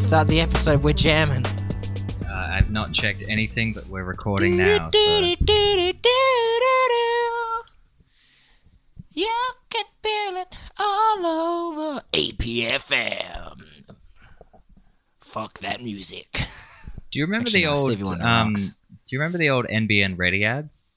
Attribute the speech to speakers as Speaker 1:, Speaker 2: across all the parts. Speaker 1: start the episode. We're jamming.
Speaker 2: Uh, I've not checked anything, but we're recording now. So.
Speaker 1: You can feel it all over APFM. Fuck that music.
Speaker 2: Do you remember
Speaker 1: Actually,
Speaker 2: the
Speaker 1: no,
Speaker 2: old?
Speaker 1: Stevie Wonder
Speaker 2: Um,
Speaker 1: rocks.
Speaker 2: do you remember the old NBN ready ads?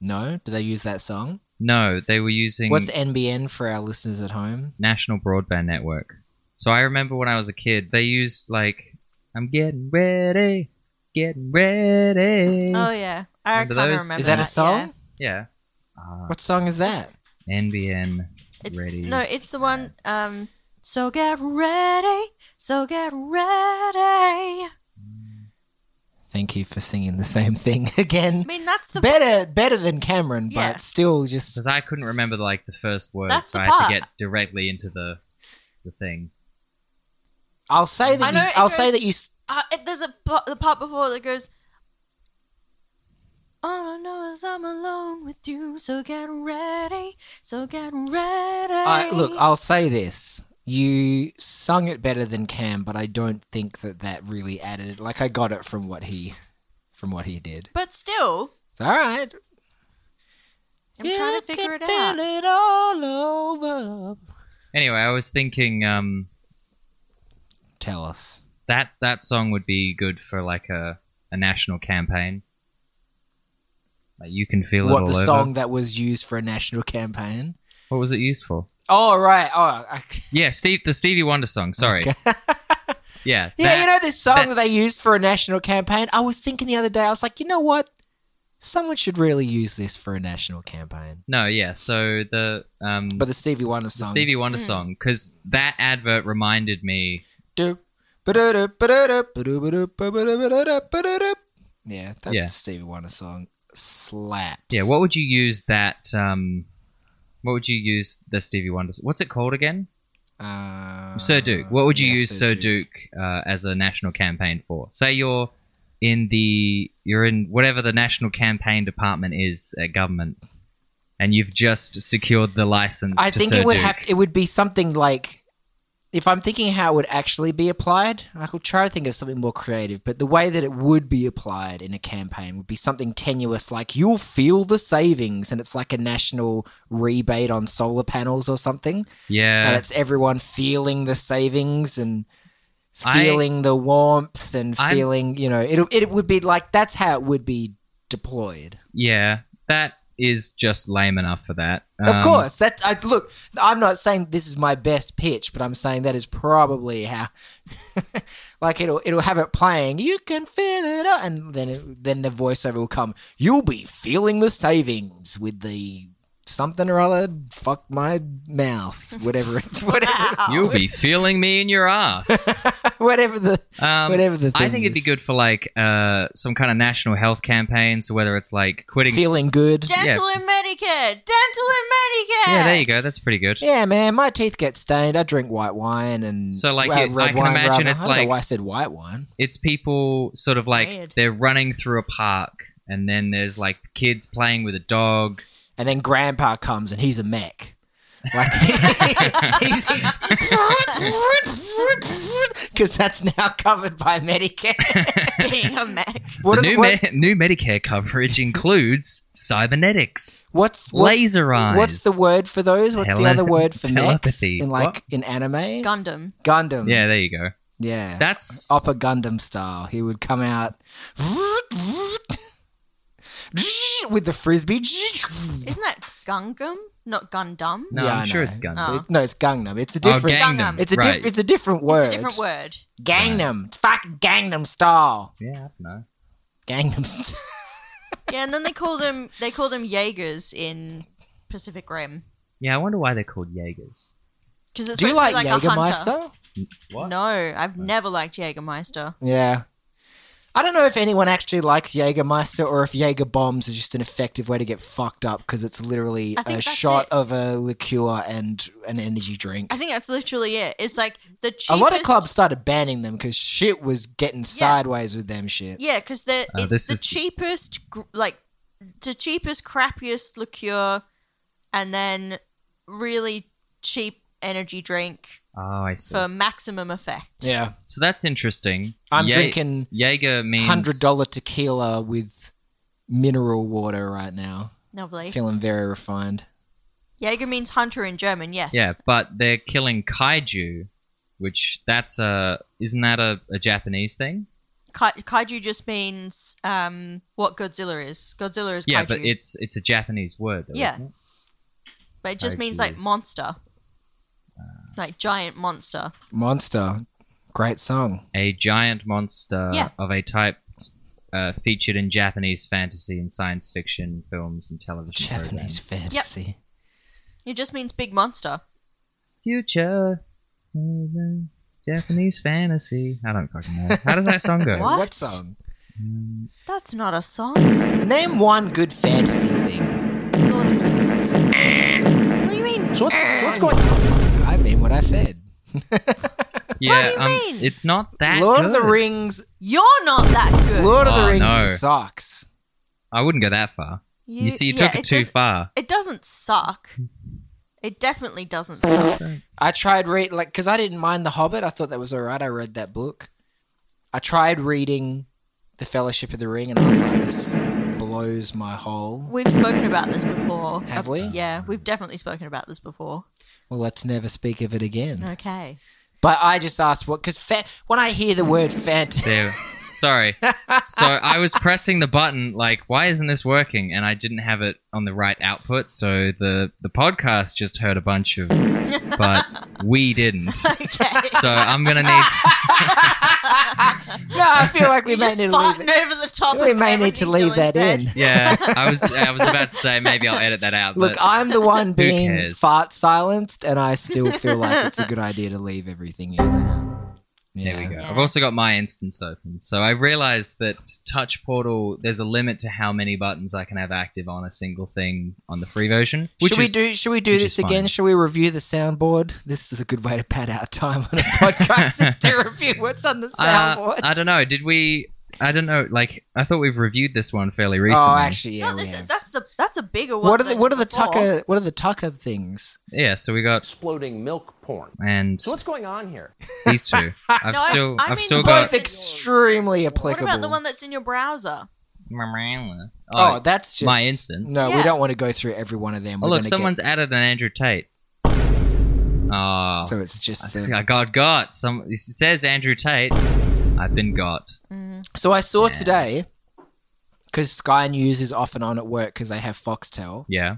Speaker 1: No, do they use that song?
Speaker 2: No, they were using
Speaker 1: What's NBN for our listeners at home?
Speaker 2: National Broadband Network. So I remember when I was a kid, they used like, "I'm getting ready, getting ready."
Speaker 3: Oh yeah, I
Speaker 2: Remember
Speaker 3: kind of
Speaker 2: those? Is
Speaker 3: remember.
Speaker 1: Is that a song?
Speaker 2: Yeah.
Speaker 3: yeah.
Speaker 2: Uh,
Speaker 1: What song is that?
Speaker 2: NBN
Speaker 3: It's
Speaker 2: ready.
Speaker 3: no, it's the one. Um, so get ready, so get ready.
Speaker 1: Thank you for singing the same thing again.
Speaker 3: I mean, that's the
Speaker 1: better better than Cameron,
Speaker 3: Yeah.
Speaker 1: but still just
Speaker 2: because I couldn't remember like the first word,
Speaker 3: That's
Speaker 2: so
Speaker 3: the
Speaker 2: I had
Speaker 3: part.
Speaker 2: to get directly into the the thing.
Speaker 1: I'll say
Speaker 3: I
Speaker 1: that
Speaker 3: know
Speaker 1: you,
Speaker 3: it
Speaker 1: I'll say
Speaker 3: goes-
Speaker 1: that you s-
Speaker 3: Uh, it, there's a part, the part before that goes. All I know is I'm alone with you, so get ready, so get ready.
Speaker 1: I, look, I'll say this. You sung it better than Cam, but I don't think that that really added it. Like I got it from what he from what he did.
Speaker 3: but still,
Speaker 1: It's all right.
Speaker 3: I'm trying to figure it out.
Speaker 1: it all over.
Speaker 2: Anyway, I was thinking um,
Speaker 1: Tell us.
Speaker 2: that that song would be good for like a, a national campaign. Like you can feel it
Speaker 1: What
Speaker 2: all
Speaker 1: the
Speaker 2: over.
Speaker 1: song that was used for a national campaign?
Speaker 2: What was it used for?
Speaker 1: Oh right. Oh, I,
Speaker 2: Yeah, Steve, the Stevie Wonder song. Sorry.
Speaker 1: Okay.
Speaker 2: Yeah.
Speaker 1: yeah.
Speaker 2: that-
Speaker 1: you know this song
Speaker 2: that-
Speaker 1: that they used for a national campaign. I was thinking the other day. I was like, you know what? Someone should really use this for a national campaign.
Speaker 2: No, yeah. So the um,
Speaker 1: But the Stevie Wonder
Speaker 2: the
Speaker 1: song.
Speaker 2: Stevie Wonder
Speaker 3: Mm.
Speaker 2: song, because that advert reminded me.
Speaker 1: Do. Ba-da-da, ba-da-da, ba-da-ba-da, ba-ba-da-ba-da-da, ba-da-da. Yeah, that
Speaker 2: Yeah.
Speaker 1: Stevie Wonder song slaps.
Speaker 2: Yeah. What would you use that? Um, what would you use the Stevie Wonder? What's it called again?
Speaker 1: Uh,
Speaker 2: Sir Duke. What would you
Speaker 1: yeah,
Speaker 2: use Um, Sir Duke, uh, as a national campaign for? Say you're in the you're in whatever the national campaign department is at government, and you've just secured the license.
Speaker 1: I
Speaker 2: to
Speaker 1: think
Speaker 2: Sir
Speaker 1: it would
Speaker 2: Duke.
Speaker 1: have. It would be something like. If I'm thinking how it would actually be applied, I could try to think of something more creative. But the way that it would be applied in a campaign would be something tenuous, like "you'll feel the savings," and it's like a national rebate on solar panels or something.
Speaker 2: yeah.
Speaker 1: and it's everyone feeling the savings and
Speaker 2: I-
Speaker 1: feeling the warmth and
Speaker 2: I'm-
Speaker 1: feeling you know it it would be like that's how it would be deployed.
Speaker 2: Yeah, that is just lame enough for that.
Speaker 1: Of
Speaker 2: Um,
Speaker 1: course, that's I look. I'm not saying this is my best pitch, but I'm saying that is probably how, like it'll it'll have it playing. You can feel it, all," and then it, then the voiceover will come. You'll be feeling the savings with the something or other. Fuck my mouth, whatever, whatever,
Speaker 3: Wow.
Speaker 2: You'll be feeling me in your ass.
Speaker 1: whatever the
Speaker 2: Um,
Speaker 1: whatever the. Thing
Speaker 2: I think it'd be
Speaker 1: is.
Speaker 2: good for like uh, some kind of national health campaign. So whether it's like quitting,
Speaker 1: feeling good.
Speaker 3: dental and Medicare, dental and Medicare.
Speaker 2: yeah, there you go. That's pretty good.
Speaker 1: Yeah, man, my teeth get stained. I drink white wine and
Speaker 2: So, like,
Speaker 1: well,
Speaker 2: it- I can imagine
Speaker 1: rather.
Speaker 2: it's
Speaker 1: I don't know
Speaker 2: like-
Speaker 1: why I said white wine.
Speaker 2: It's people sort of like
Speaker 3: Weird.
Speaker 2: they're running through a park, and then there's like kids playing with a dog.
Speaker 1: And then Grandpa comes and he's a mech. Like he's, because that's now covered by Medicare.
Speaker 3: Being a Mac.
Speaker 1: What
Speaker 2: the
Speaker 1: are the-
Speaker 2: new,
Speaker 1: what-
Speaker 2: Me- new Medicare coverage includes cybernetics,
Speaker 1: what's, what's
Speaker 2: laser eyes.
Speaker 1: What's the word for those? What's
Speaker 2: Tele-
Speaker 1: the other word for mechs
Speaker 2: telepathy.
Speaker 1: in like
Speaker 2: What?
Speaker 1: in anime?
Speaker 3: Gundam.
Speaker 1: Gundam.
Speaker 2: Yeah, there you go.
Speaker 1: yeah.
Speaker 2: That's
Speaker 1: Upper Gundam style. He would come out with the frisbee.
Speaker 3: Isn't that Gungam? Not Gundam.
Speaker 2: no.
Speaker 1: Yeah, I
Speaker 2: I'm sure
Speaker 1: know.
Speaker 2: it's gun.
Speaker 3: Oh.
Speaker 1: It- no, it's Gangnam. It's a
Speaker 2: Oh,
Speaker 1: different.
Speaker 2: Gangnam.
Speaker 1: it's a
Speaker 2: right.
Speaker 1: diff- it's a different word.
Speaker 3: It's a different word.
Speaker 1: Gangnam. It's fucking Gangnam style.
Speaker 2: yeah, I don't know.
Speaker 1: Gangnam. St-
Speaker 3: Yeah, and then they call them they call them Jaegers in Pacific Rim
Speaker 2: Yeah, I wonder why they're called Jaegers.
Speaker 3: because it's
Speaker 1: Do you
Speaker 3: supposed
Speaker 1: like,
Speaker 3: to be like a hunter.
Speaker 1: Jägermeister?
Speaker 2: What?
Speaker 3: No, I've never liked Jägermeister.
Speaker 1: Yeah. I don't know if anyone actually likes Jägermeister or if Jaeger bombs are just an effective way to get fucked up because it's literally
Speaker 3: I think
Speaker 1: a
Speaker 3: that's
Speaker 1: shot
Speaker 3: it.
Speaker 1: of a liqueur and an energy drink.
Speaker 3: I think that's literally it. It's like the cheapest.
Speaker 1: A lot of clubs started banning them because shit was getting sideways with them shit.
Speaker 3: Yeah, because they're
Speaker 2: Uh, this
Speaker 3: it's the
Speaker 2: is-
Speaker 3: cheapest, gr- like the cheapest, crappiest liqueur, and then really cheap energy drink
Speaker 2: Oh, I see.
Speaker 3: for maximum effect.
Speaker 1: Yeah.
Speaker 2: so that's interesting.
Speaker 1: I'm
Speaker 2: Ye-
Speaker 1: drinking
Speaker 2: Jaeger means
Speaker 1: hundred dollar tequila with mineral water right now.
Speaker 3: Lovely.
Speaker 1: Feeling very refined.
Speaker 3: Jaeger means hunter in German, yes.
Speaker 2: Yeah, but they're killing kaiju, which that's a isn't that a, a Japanese thing?
Speaker 3: Ka- kaiju just means um, what Godzilla is. Godzilla is
Speaker 2: Yeah,
Speaker 3: kaiju.
Speaker 2: but it's it's a Japanese word. Though,
Speaker 3: Yeah.
Speaker 2: Isn't it?
Speaker 3: But it just means like
Speaker 2: Kaiju.
Speaker 3: monster. Like giant monster.
Speaker 1: Monster. Great song.
Speaker 2: A giant monster
Speaker 3: Yeah.
Speaker 2: of a type uh, featured in Japanese fantasy and science fiction films and television
Speaker 1: Japanese
Speaker 2: programs.
Speaker 1: fantasy.
Speaker 3: It just means big monster.
Speaker 2: Future. mm, Japanese fantasy. I don't fucking know. How does that song go?
Speaker 3: What?
Speaker 1: song?
Speaker 3: That's not a song.
Speaker 1: Name one good fantasy thing.
Speaker 3: Lord of the Rings. what do you mean?
Speaker 1: going I mean what I said.
Speaker 2: Yeah,
Speaker 3: do you
Speaker 2: um,
Speaker 3: mean?
Speaker 2: it's not that.
Speaker 1: Lord of the
Speaker 2: good.
Speaker 1: Rings.
Speaker 3: You're not that good.
Speaker 1: Lord of the
Speaker 2: Oh,
Speaker 1: Rings
Speaker 2: no.
Speaker 1: sucks.
Speaker 2: I wouldn't go that far. You, see, you
Speaker 3: yeah,
Speaker 2: took it too
Speaker 3: does-
Speaker 2: far.
Speaker 3: It doesn't suck. It definitely doesn't suck.
Speaker 1: I tried read like because I didn't mind The Hobbit. I thought that was alright. I read that book. I tried reading The Fellowship of the Ring, and I was like, this blows my whole.
Speaker 3: We've spoken about this before.
Speaker 1: Have
Speaker 3: Uh,
Speaker 1: we?
Speaker 3: Yeah, we've definitely spoken about this before.
Speaker 1: Well, let's never speak of it again.
Speaker 3: Okay.
Speaker 1: But I just asked what because fa- when I hear the word fantasy,
Speaker 2: There. Sorry. So I was pressing the button, like, why isn't this working? And I didn't have it on the right output, so the the podcast just heard a bunch of, but we didn't.
Speaker 3: Okay.
Speaker 2: So I'm gonna need.
Speaker 1: no, I feel like we
Speaker 3: You're
Speaker 1: may
Speaker 3: just
Speaker 1: need to leave
Speaker 3: farting
Speaker 1: that.
Speaker 3: over the top.
Speaker 1: We
Speaker 3: of
Speaker 1: may need to
Speaker 3: everything
Speaker 1: leave
Speaker 3: Dylan
Speaker 1: that
Speaker 3: said.
Speaker 1: in.
Speaker 2: Yeah, I was I was about to say maybe I'll edit that out.
Speaker 1: Look,
Speaker 2: but
Speaker 1: I'm the one being
Speaker 2: cares?
Speaker 1: fart silenced, and I still feel like it's a good idea to leave everything in. Yeah.
Speaker 2: there we go.
Speaker 3: Yeah.
Speaker 2: I've also got my instance open, so I realized that Touch Portal there's a limit to how many buttons I can have active on a single thing on the free version. Which
Speaker 1: should we
Speaker 2: is-
Speaker 1: do? Should we do
Speaker 2: which
Speaker 1: this
Speaker 2: is
Speaker 1: again?
Speaker 2: fine.
Speaker 1: Should we review the soundboard? This is a good way to pad out time on a podcast is to review what's on the
Speaker 2: Uh,
Speaker 1: soundboard. Oh,
Speaker 2: I don't know. Did we? I don't know. Like, I thought we've reviewed this one fairly recently.
Speaker 1: oh, actually, yeah.
Speaker 3: No,
Speaker 1: we
Speaker 3: this,
Speaker 1: have.
Speaker 3: that's the that's a bigger one.
Speaker 1: What are the
Speaker 3: than
Speaker 1: What are the
Speaker 3: before.
Speaker 1: Tucker? What are the Tucker things?
Speaker 2: yeah. So we got
Speaker 4: exploding milk porn.
Speaker 2: and
Speaker 4: So what's going on here?
Speaker 2: these two. I've
Speaker 3: No, I-
Speaker 2: still,
Speaker 3: I
Speaker 2: I, have
Speaker 3: mean
Speaker 2: still
Speaker 3: the
Speaker 2: got.
Speaker 1: Both extremely
Speaker 3: What
Speaker 1: applicable.
Speaker 3: about the one that's in your browser?
Speaker 2: Oh,
Speaker 1: oh, that's just
Speaker 2: my instance.
Speaker 1: No, we
Speaker 3: Yeah.
Speaker 1: don't want to go through every one of them.
Speaker 2: oh
Speaker 1: We're
Speaker 2: look,
Speaker 1: gonna
Speaker 2: someone's added an Andrew Tate. Oh,
Speaker 1: Get, so it's just. the-
Speaker 2: I got got. Some it says Andrew Tate. I've been got.
Speaker 1: so I saw today because Sky News is off and on at work because they have Foxtel.
Speaker 2: Yeah,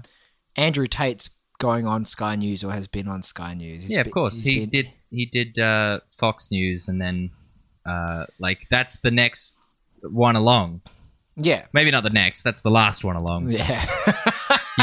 Speaker 1: Andrew Tate's going on Sky News or has been on Sky News. He's
Speaker 2: yeah. Of
Speaker 1: been-
Speaker 2: course,
Speaker 1: he's
Speaker 2: he
Speaker 1: been-
Speaker 2: did. He did uh, Fox News, and then uh, like that's the next one along.
Speaker 1: Yeah,
Speaker 2: Maybe not the next. That's the last one along.
Speaker 1: yeah.
Speaker 2: Um,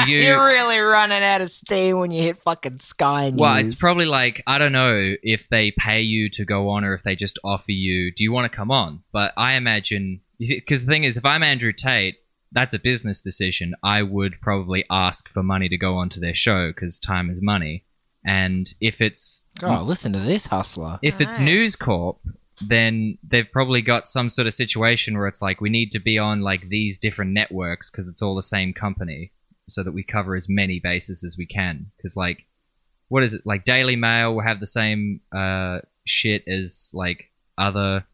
Speaker 2: You-
Speaker 1: You're really running out of steam when you hit fucking Sky News.
Speaker 2: Well, it's probably like I don't know if they pay you to go on or if they just offer you, do you want to come on? But I imagine because the thing is, if I'm Andrew Tate, that's a business decision. I would probably ask for money to go onto their show because time is money. And if it's
Speaker 1: oh, listen to this hustler.
Speaker 2: if it's
Speaker 3: Right.
Speaker 2: News Corp, then they've probably got some sort of situation where it's like we need to be on like these different networks because it's all the same company, so that we cover as many bases as we can. Because like, what is it like? Daily Mail will have the same uh, shit as like other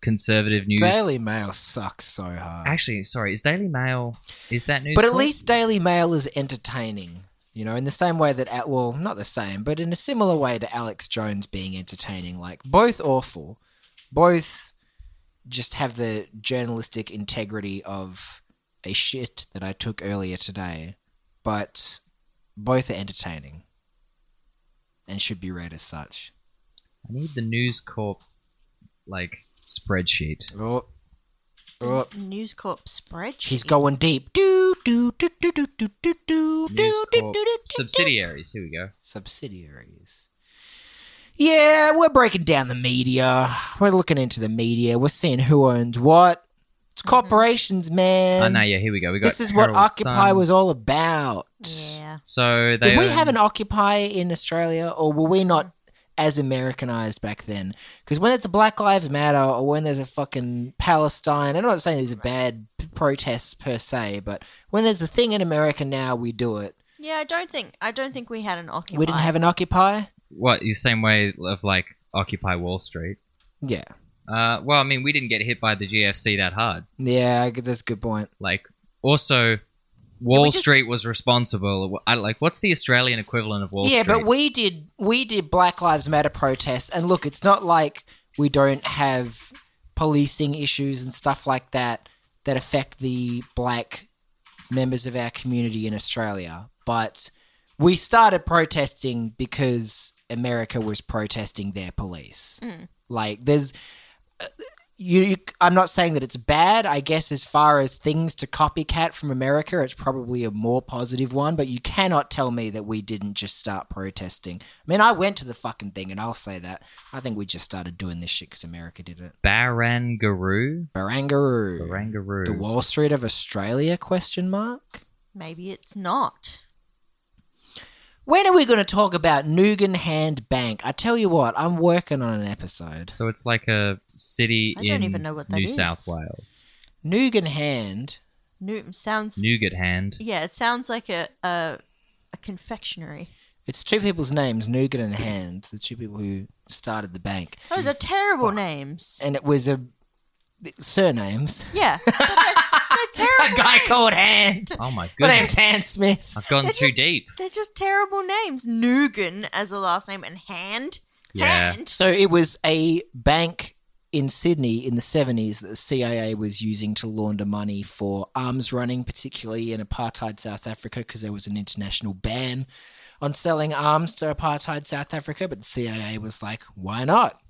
Speaker 2: conservative news.
Speaker 1: Daily Mail sucks so hard,
Speaker 2: Actually, sorry, is Daily Mail is that News?
Speaker 1: but at
Speaker 2: Corp?
Speaker 1: least Daily Mail is entertaining. You know, in the same way that at well, not the same, but in a similar way to Alex Jones being entertaining. Like both awful, both just have the journalistic integrity of a shit that I took earlier today, but both are entertaining and should be read as such.
Speaker 2: I need the News Corp like spreadsheet.
Speaker 1: Oh, oh.
Speaker 3: News Corp spreadsheet.
Speaker 1: She's going deep. Do do do do do do do do
Speaker 2: News
Speaker 1: do do
Speaker 2: Corp
Speaker 1: do.
Speaker 2: subsidiaries. Here we go.
Speaker 1: Subsidiaries. Yeah, we're breaking down the media. We're looking into the media. We're seeing who owns what. It's
Speaker 2: Mm-hmm.
Speaker 1: corporations, man.
Speaker 2: Oh no, yeah, here we go. We got
Speaker 1: this is what
Speaker 2: Herald
Speaker 1: Occupy
Speaker 2: Sun.
Speaker 1: was all about.
Speaker 3: Yeah.
Speaker 2: So they
Speaker 1: Did we
Speaker 2: own-
Speaker 1: have an Occupy in Australia, or were we not as Americanized back then? Because when it's a Black Lives Matter, or when there's a fucking Palestine, I'm not saying these are bad p- protests per se, but when there's a thing in America now, we do it.
Speaker 3: Yeah, I don't think I don't think we had an Occupy.
Speaker 1: We didn't have an Occupy.
Speaker 2: what the same way of like Occupy Wall Street.
Speaker 1: Yeah.
Speaker 2: Uh, well, I mean, we didn't get hit by the GFC that hard.
Speaker 1: Yeah, I g- that's a good point.
Speaker 2: Like, also, Wall
Speaker 3: just-
Speaker 2: Street was responsible. I like, what's the Australian equivalent of Wall
Speaker 1: yeah,
Speaker 2: Street?
Speaker 1: but we did we did Black Lives Matter protests, and look, it's not like we don't have policing issues and stuff like that that affect the black members of our community in Australia. But we started protesting because America was protesting their police.
Speaker 2: Mm.
Speaker 1: Like, there's you, you I'm not saying that it's bad. I guess as far as things to copycat from America, it's probably a more positive one, but you cannot tell me that we didn't just start protesting. I mean, I went to the fucking thing and I'll say that. I think we just started doing this shit cuz America did it.
Speaker 2: Barangaroo.
Speaker 1: Barangaroo.
Speaker 2: Barangaroo.
Speaker 1: the Wall Street of Australia question mark?
Speaker 3: Maybe it's not.
Speaker 1: When are we going to talk about Nugan Hand Bank? I tell you what, I'm working on an episode.
Speaker 2: So it's like a city
Speaker 3: I
Speaker 2: in
Speaker 3: don't even know what that
Speaker 2: New
Speaker 3: is.
Speaker 2: South Wales.
Speaker 1: Nugan Hand
Speaker 3: Newton sounds.
Speaker 2: Nougat Hand.
Speaker 3: yeah, it sounds like a a, a confectionery.
Speaker 1: It's two people's names, Nugan and Hand, the two people who started the bank.
Speaker 3: Those are terrible names.
Speaker 1: and it was a surnames.
Speaker 3: Yeah, but they're, they're terrible.
Speaker 1: A guy
Speaker 3: names.
Speaker 1: called Hand.
Speaker 2: Oh my
Speaker 1: My name's
Speaker 2: goodness.
Speaker 1: Hand Smith.
Speaker 2: I've gone
Speaker 3: They're
Speaker 2: too
Speaker 3: just-
Speaker 2: deep.
Speaker 3: They're just terrible names. Nugan as a last name and Hand.
Speaker 2: Yeah.
Speaker 3: Hand.
Speaker 1: So it was a bank in Sydney in the seventies that the CIA was using to launder money for arms running, particularly in apartheid South Africa, because there was an international ban on selling arms to apartheid South Africa. But the CIA was like, "Why not?"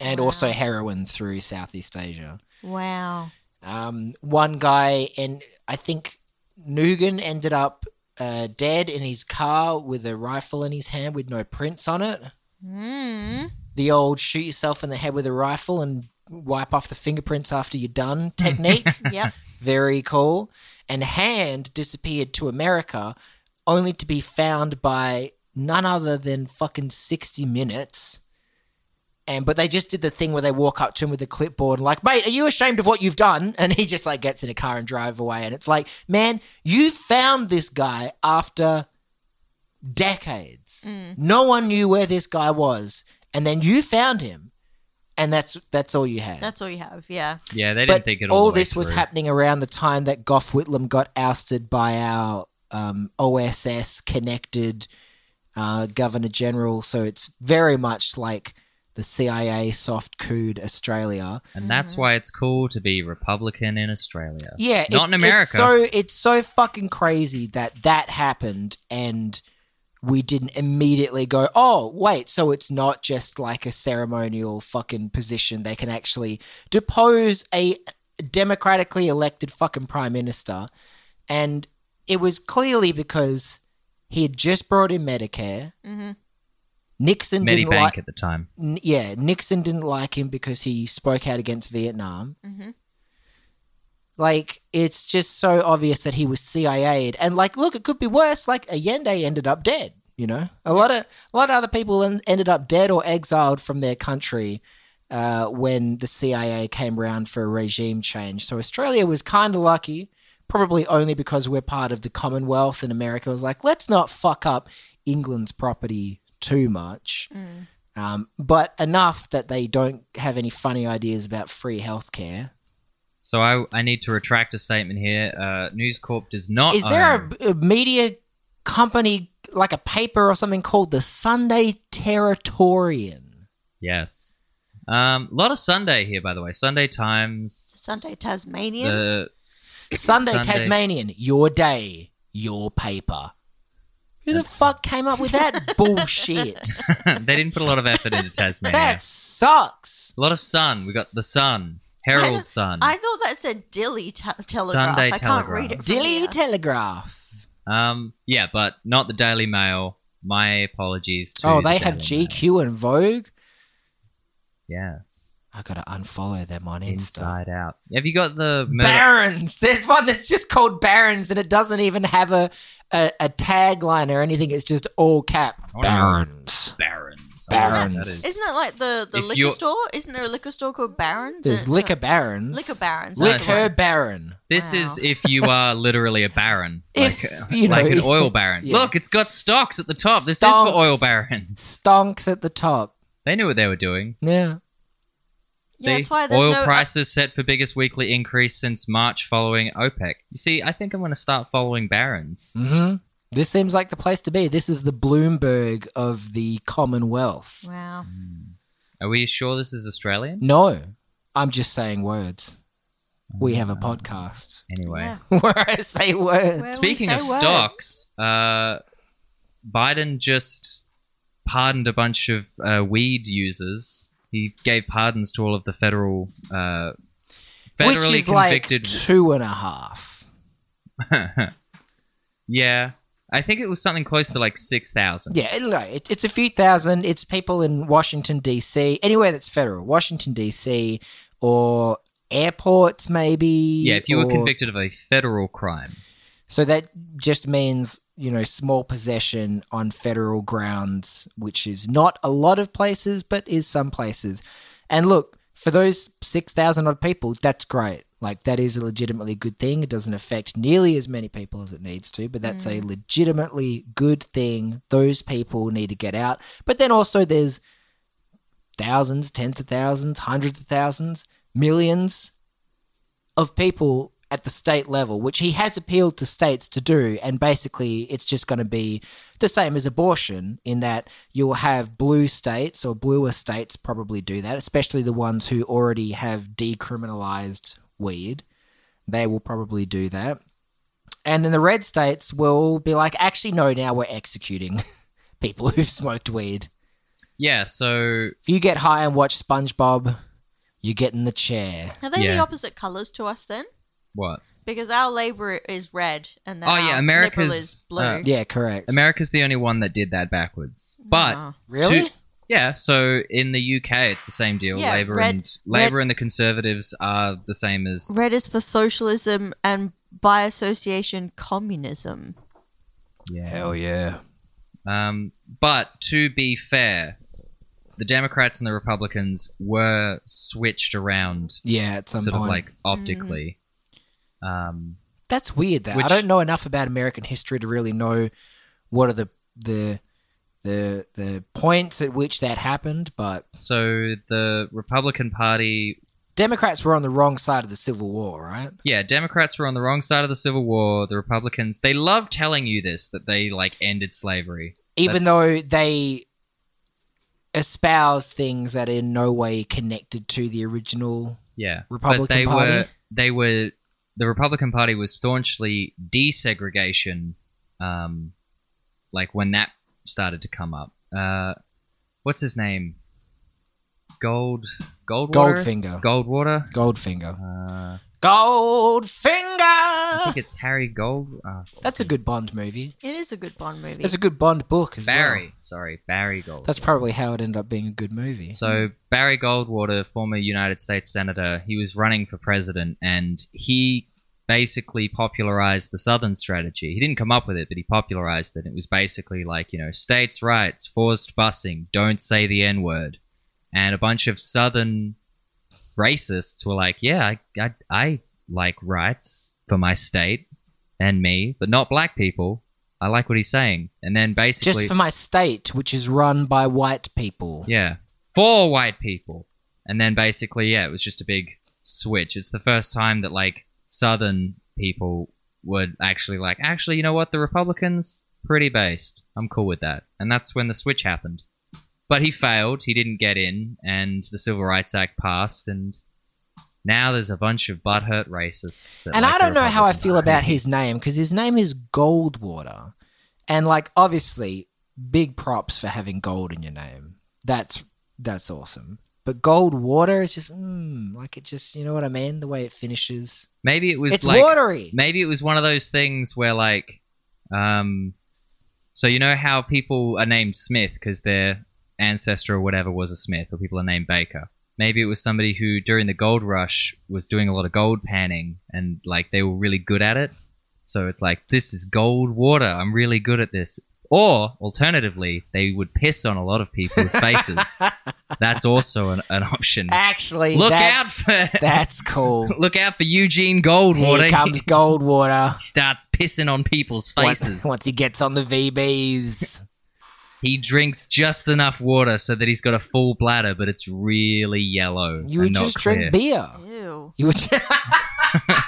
Speaker 1: And also heroin through Southeast Asia.
Speaker 3: Wow.
Speaker 1: Um, one guy, and I think Nugan ended up uh, dead in his car with a rifle in his hand with no prints on it.
Speaker 3: Mm.
Speaker 1: The old shoot yourself in the head with a rifle and wipe off the fingerprints after you're done technique.
Speaker 3: Yep.
Speaker 1: Very cool. And Hand disappeared to America only to be found by none other than fucking 60 Minutes. And but they just did the thing where they walk up to him with a clipboard and like, mate, are you ashamed of what you've done? And he just like gets in a car and drive away. And it's like, man, you found this guy after decades. No one knew where this guy was. And then you found him. And that's that's all you had
Speaker 3: That's all you have. Yeah.
Speaker 2: Yeah, they didn't think it all. the way
Speaker 1: this was
Speaker 2: through.
Speaker 1: happening around the time that Gough Whitlam got ousted by our um, OSS connected uh, Governor General. So it's very much like the CIA soft cooed Australia.
Speaker 2: And
Speaker 1: Mm.
Speaker 2: that's why it's cool to be Republican in Australia.
Speaker 1: Yeah,
Speaker 2: Not
Speaker 1: it's,
Speaker 2: in America.
Speaker 1: It's so it's so fucking crazy that that happened and we didn't immediately go, "Oh, wait, so it's not just like a ceremonial fucking position. They can actually depose a democratically elected fucking prime minister." And it was clearly because he had just brought in Medicare. Nixon didn't
Speaker 2: Mm-hmm. Medibank
Speaker 1: like
Speaker 2: at the time.
Speaker 1: N- yeah, Nixon didn't like him because he spoke out against Vietnam. Like, it's just so obvious that he was CIA'd. And, like, look, it could be worse. Like, Allende ended up dead, you know? A lot of, a lot of other people en- ended up dead or exiled from their country uh, when the CIA came round for a regime change. So Australia was kind of lucky, probably only because we're part of the Commonwealth and America was like, let's not fuck up England's property too much um, but enough that they don't have any funny ideas about free healthcare.
Speaker 2: So I, I need to retract a statement here. Uh, News Corp does not.
Speaker 1: Is there
Speaker 2: own-
Speaker 1: a, a media company like a paper or something called the Sunday Territorian?
Speaker 2: Yes. A um, lot of Sunday here, by the way. Sunday Times.
Speaker 3: Sunday Tasmanian.
Speaker 2: The,
Speaker 1: Sunday,
Speaker 2: Sunday.
Speaker 1: Tasmanian, your day, your paper. Who the fuck came up with that bullshit?
Speaker 2: they didn't put a lot of effort into Tasmania.
Speaker 1: That sucks.
Speaker 2: A lot of sun. We got the sun. Herald Sun.
Speaker 3: I thought that said Dilly te- Telegraph.
Speaker 2: Sunday
Speaker 3: I can't
Speaker 2: Telegraph.
Speaker 3: read it. From
Speaker 1: Dilly
Speaker 3: here.
Speaker 1: Telegraph.
Speaker 2: Um, yeah, but not the Daily Mail. My apologies to.
Speaker 1: Oh,
Speaker 2: the
Speaker 1: they have
Speaker 2: Daily Mail.
Speaker 1: GQ and Vogue.
Speaker 2: Yes.
Speaker 1: I gotta unfollow them on Insta.
Speaker 2: Inside Out. Have you got the murder?
Speaker 1: Barons. There's one that's just called Barons, and it doesn't even have a a, a tagline or anything. It's just all cap.
Speaker 2: Barons.
Speaker 1: Barons.
Speaker 2: That is-
Speaker 3: Isn't that like the, the
Speaker 2: If
Speaker 3: liquor
Speaker 2: you're-
Speaker 3: store? Isn't there a liquor store called Barons?
Speaker 1: There's
Speaker 3: It's not-
Speaker 1: liquor barons.
Speaker 3: Liquor barons.
Speaker 1: Lick
Speaker 2: Nice.
Speaker 1: her baron.
Speaker 2: This is
Speaker 3: Wow.
Speaker 2: if you are literally a baron,
Speaker 1: If,
Speaker 2: like, uh,
Speaker 1: you know-
Speaker 2: like an oil baron.
Speaker 1: Yeah.
Speaker 2: Look, it's got stocks at the top. This is
Speaker 1: Stonks.
Speaker 2: for oil barons.
Speaker 1: Stonks at the top.
Speaker 2: They knew what they were doing.
Speaker 1: Yeah.
Speaker 2: See,
Speaker 3: Yeah, that's why there's
Speaker 2: oil
Speaker 3: no- uh,
Speaker 2: prices set for biggest weekly increase since March following OPEC. You see, I think I'm going to start following
Speaker 3: Mm.
Speaker 2: barons.
Speaker 1: hmm This seems like the place to be. This is the Bloomberg of the Commonwealth.
Speaker 3: Wow.
Speaker 2: Are we sure this is Australian?
Speaker 1: No, I'm just saying words. We have a podcast
Speaker 2: Anyway,
Speaker 3: Yeah.
Speaker 1: where I say words.
Speaker 3: Where we
Speaker 2: speaking
Speaker 3: say
Speaker 2: of
Speaker 3: words.
Speaker 2: stocks, uh, Biden just pardoned a bunch of uh, weed users. He gave pardons to all of the federal, uh, federally
Speaker 1: Which is like
Speaker 2: convicted.
Speaker 1: two and a half.
Speaker 2: yeah, I think it was something close to like six thousand.
Speaker 1: Yeah, it- no, it, it's a few thousand. It's people in Washington, D.C., anywhere that's federal, Washington, D.C., or airports, maybe.
Speaker 2: Yeah, if you were
Speaker 1: or-
Speaker 2: convicted of a federal crime,
Speaker 1: So that just means, you know, small possession on federal grounds, which is not a lot of places, but is some places. And look, for those 6,000 odd people, that's great. Like, that is a legitimately good thing. It doesn't affect nearly as many people as it needs to, but that's a legitimately good thing. Those people need to get out. But then also, there's thousands, tens of thousands, hundreds of thousands, millions of people at the state level, which he has appealed to states to do. And basically, it's just going to be the same as abortion in that you'll have blue states or bluer states probably do that, especially the ones who already have decriminalized weed. They will probably do that. And then the red states will be like, actually, no, now we're executing people who've smoked weed.
Speaker 2: yeah. So
Speaker 1: If you get high and watch SpongeBob, you get in the chair.
Speaker 3: Are they the
Speaker 2: Yeah.
Speaker 3: opposite colors to us then?
Speaker 2: what?
Speaker 3: Because our labor is red, and then
Speaker 2: Oh, yeah,
Speaker 3: our liberal
Speaker 2: America's-
Speaker 3: is blue.
Speaker 2: uh,
Speaker 1: Yeah, correct.
Speaker 2: America's the only one that did that backwards, but.
Speaker 3: Oh.
Speaker 1: really?
Speaker 2: to- yeah, so in the UK it's the same deal.
Speaker 3: Yeah,
Speaker 2: Labor
Speaker 3: red-
Speaker 2: and Labor and the Conservatives are the same as
Speaker 3: red is for socialism, and by association, communism.
Speaker 2: Yeah.
Speaker 1: Hell yeah.
Speaker 2: Um, but to be fair, the Democrats and the Republicans were switched around
Speaker 1: Yeah, at some
Speaker 2: sort
Speaker 1: point.
Speaker 2: of
Speaker 3: Hmm.
Speaker 2: like optically. Um,
Speaker 1: That's weird though. I
Speaker 2: Which-
Speaker 1: don't know enough about American history to really know what are the the the the points at which that happened, but
Speaker 2: so the Republican Party
Speaker 1: Democrats were on the wrong side of the Civil War, right?
Speaker 2: yeah, Democrats were on the wrong side of the Civil War. The Republicans, they love telling you this that they like ended slavery.
Speaker 1: Even
Speaker 2: That's-
Speaker 1: though they espouse things that are in no way connected to the original
Speaker 2: Yeah, But
Speaker 1: Republican
Speaker 2: they
Speaker 1: Party?
Speaker 2: Were, they were the Republican Party was staunchly desegregation, um, like when that started to come up. Uh, what's his name? Gold, Goldwater,
Speaker 1: Goldfinger.
Speaker 2: Goldwater.
Speaker 1: Goldfinger.
Speaker 2: Uh, I
Speaker 1: Goldfinger.
Speaker 2: think it's Harry Gold. Uh,
Speaker 1: That's a good Bond movie.
Speaker 3: It is a good Bond movie.
Speaker 1: That's a good Bond book as
Speaker 2: Barry.
Speaker 1: well.
Speaker 2: Sorry, Barry Gold.
Speaker 1: That's probably how it ended up being a good movie. Hmm.
Speaker 2: So Barry Goldwater, former United States senator, he was running for president, and he basically popularized the Southern strategy. He didn't come up with it, but he popularized it. It was basically like you know, states' rights, forced busing, don't say the N word, and a bunch of Southern racists were like, yeah, I, I, I like rights for my state and me, but not black people. I like what he's saying, and then basically,
Speaker 1: just for my state, which is run by white people.
Speaker 2: yeah. Four white people. And then basically, yeah, it was just a big switch. It's the first time that, like, Southern people would actually, like, actually, you know what? The Republicans, pretty based. I'm cool with that. And that's when the switch happened. But he failed. He didn't get in. And the Civil Rights Act passed. And now there's a bunch of butthurt racists. That
Speaker 1: and
Speaker 2: like
Speaker 1: I
Speaker 2: the
Speaker 1: don't know how I
Speaker 2: Republican
Speaker 1: feel
Speaker 2: Party.
Speaker 1: about his name because his name is Goldwater, and like obviously, big props for having gold in your name. That's that's awesome. But Goldwater is just mm, like it just you know what I mean. The way it finishes,
Speaker 2: Maybe it was
Speaker 1: it's
Speaker 2: like.
Speaker 1: watery.
Speaker 2: maybe it was one of those things where like um so you know how people are named smith because their ancestor or whatever was a smith or people are named baker maybe it was somebody who during the gold rush was doing a lot of gold panning and like they were really good at it so it's like this is gold water i'm really good at this Or alternatively, they would piss on a lot of people's faces. That's also an, an option.
Speaker 1: Actually,
Speaker 2: Look out
Speaker 1: that's,
Speaker 2: for
Speaker 1: that's cool.
Speaker 2: look out for Eugene
Speaker 1: Here
Speaker 2: Goldwater.
Speaker 1: comes Goldwater.
Speaker 2: He starts pissing on people's
Speaker 1: Once,
Speaker 2: faces.
Speaker 1: once he gets on the VBs.
Speaker 2: He drinks just enough water so that he's got a full bladder, but it's really yellow.
Speaker 1: You would
Speaker 2: and not
Speaker 1: just
Speaker 2: clear.
Speaker 1: drink beer.
Speaker 3: Ew.
Speaker 1: You would.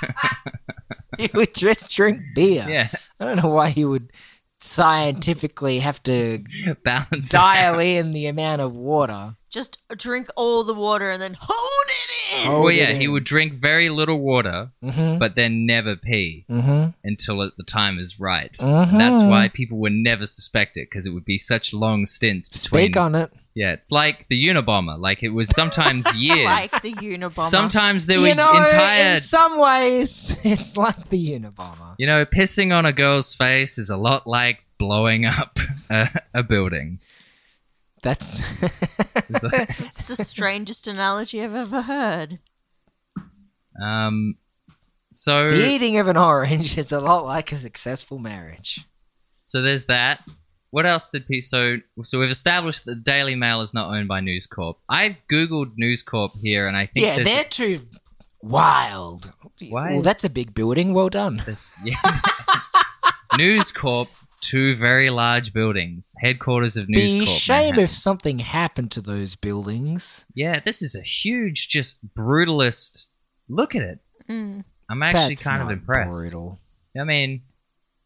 Speaker 1: you would just drink beer.
Speaker 2: Yeah,
Speaker 1: I don't know why you would scientifically have to
Speaker 2: balance. it.
Speaker 1: dial in the amount of water.
Speaker 3: Just drink all the water and then hold it in.
Speaker 1: Oh.
Speaker 2: well,
Speaker 1: it
Speaker 2: yeah,
Speaker 1: in.
Speaker 2: he would drink very little water,
Speaker 1: Mm-hmm.
Speaker 2: but then never pee
Speaker 1: Mm-hmm.
Speaker 2: until it- the time is right. And that's
Speaker 1: Mhm.
Speaker 2: why people would never suspect it because it would be such long stints between.
Speaker 1: Speak on it.
Speaker 2: Yeah, it's like the Unabomber. Like it was sometimes years.
Speaker 3: Like the Unabomber.
Speaker 2: sometimes there were
Speaker 1: You know,
Speaker 2: entire.
Speaker 1: in some ways, it's like the Unabomber.
Speaker 2: You know, pissing on a girl's face is a lot like blowing up a, a building.
Speaker 1: That's
Speaker 3: It's the strangest analogy I've ever heard.
Speaker 2: Um, so
Speaker 1: the eating of an orange is a lot like a successful marriage.
Speaker 2: so there's that. What else did people? So so we've established that Daily Mail is not owned by News Corp. I've googled News Corp here, and I think
Speaker 1: Yeah,
Speaker 2: there's,
Speaker 1: they're too wild.
Speaker 2: Why
Speaker 1: well,
Speaker 2: is-
Speaker 1: that's a big building. Well done.
Speaker 2: there's- yeah. News Corp, two very large buildings, headquarters of News
Speaker 1: be
Speaker 2: Corp.
Speaker 1: shame
Speaker 2: Manhattan.
Speaker 1: if something happened to those buildings.
Speaker 2: yeah, this is a huge, just brutalist. Look at it.
Speaker 3: Mm,
Speaker 2: I'm actually
Speaker 1: That's
Speaker 2: kind of
Speaker 1: not
Speaker 2: impressed.
Speaker 1: Brutal.
Speaker 2: I mean,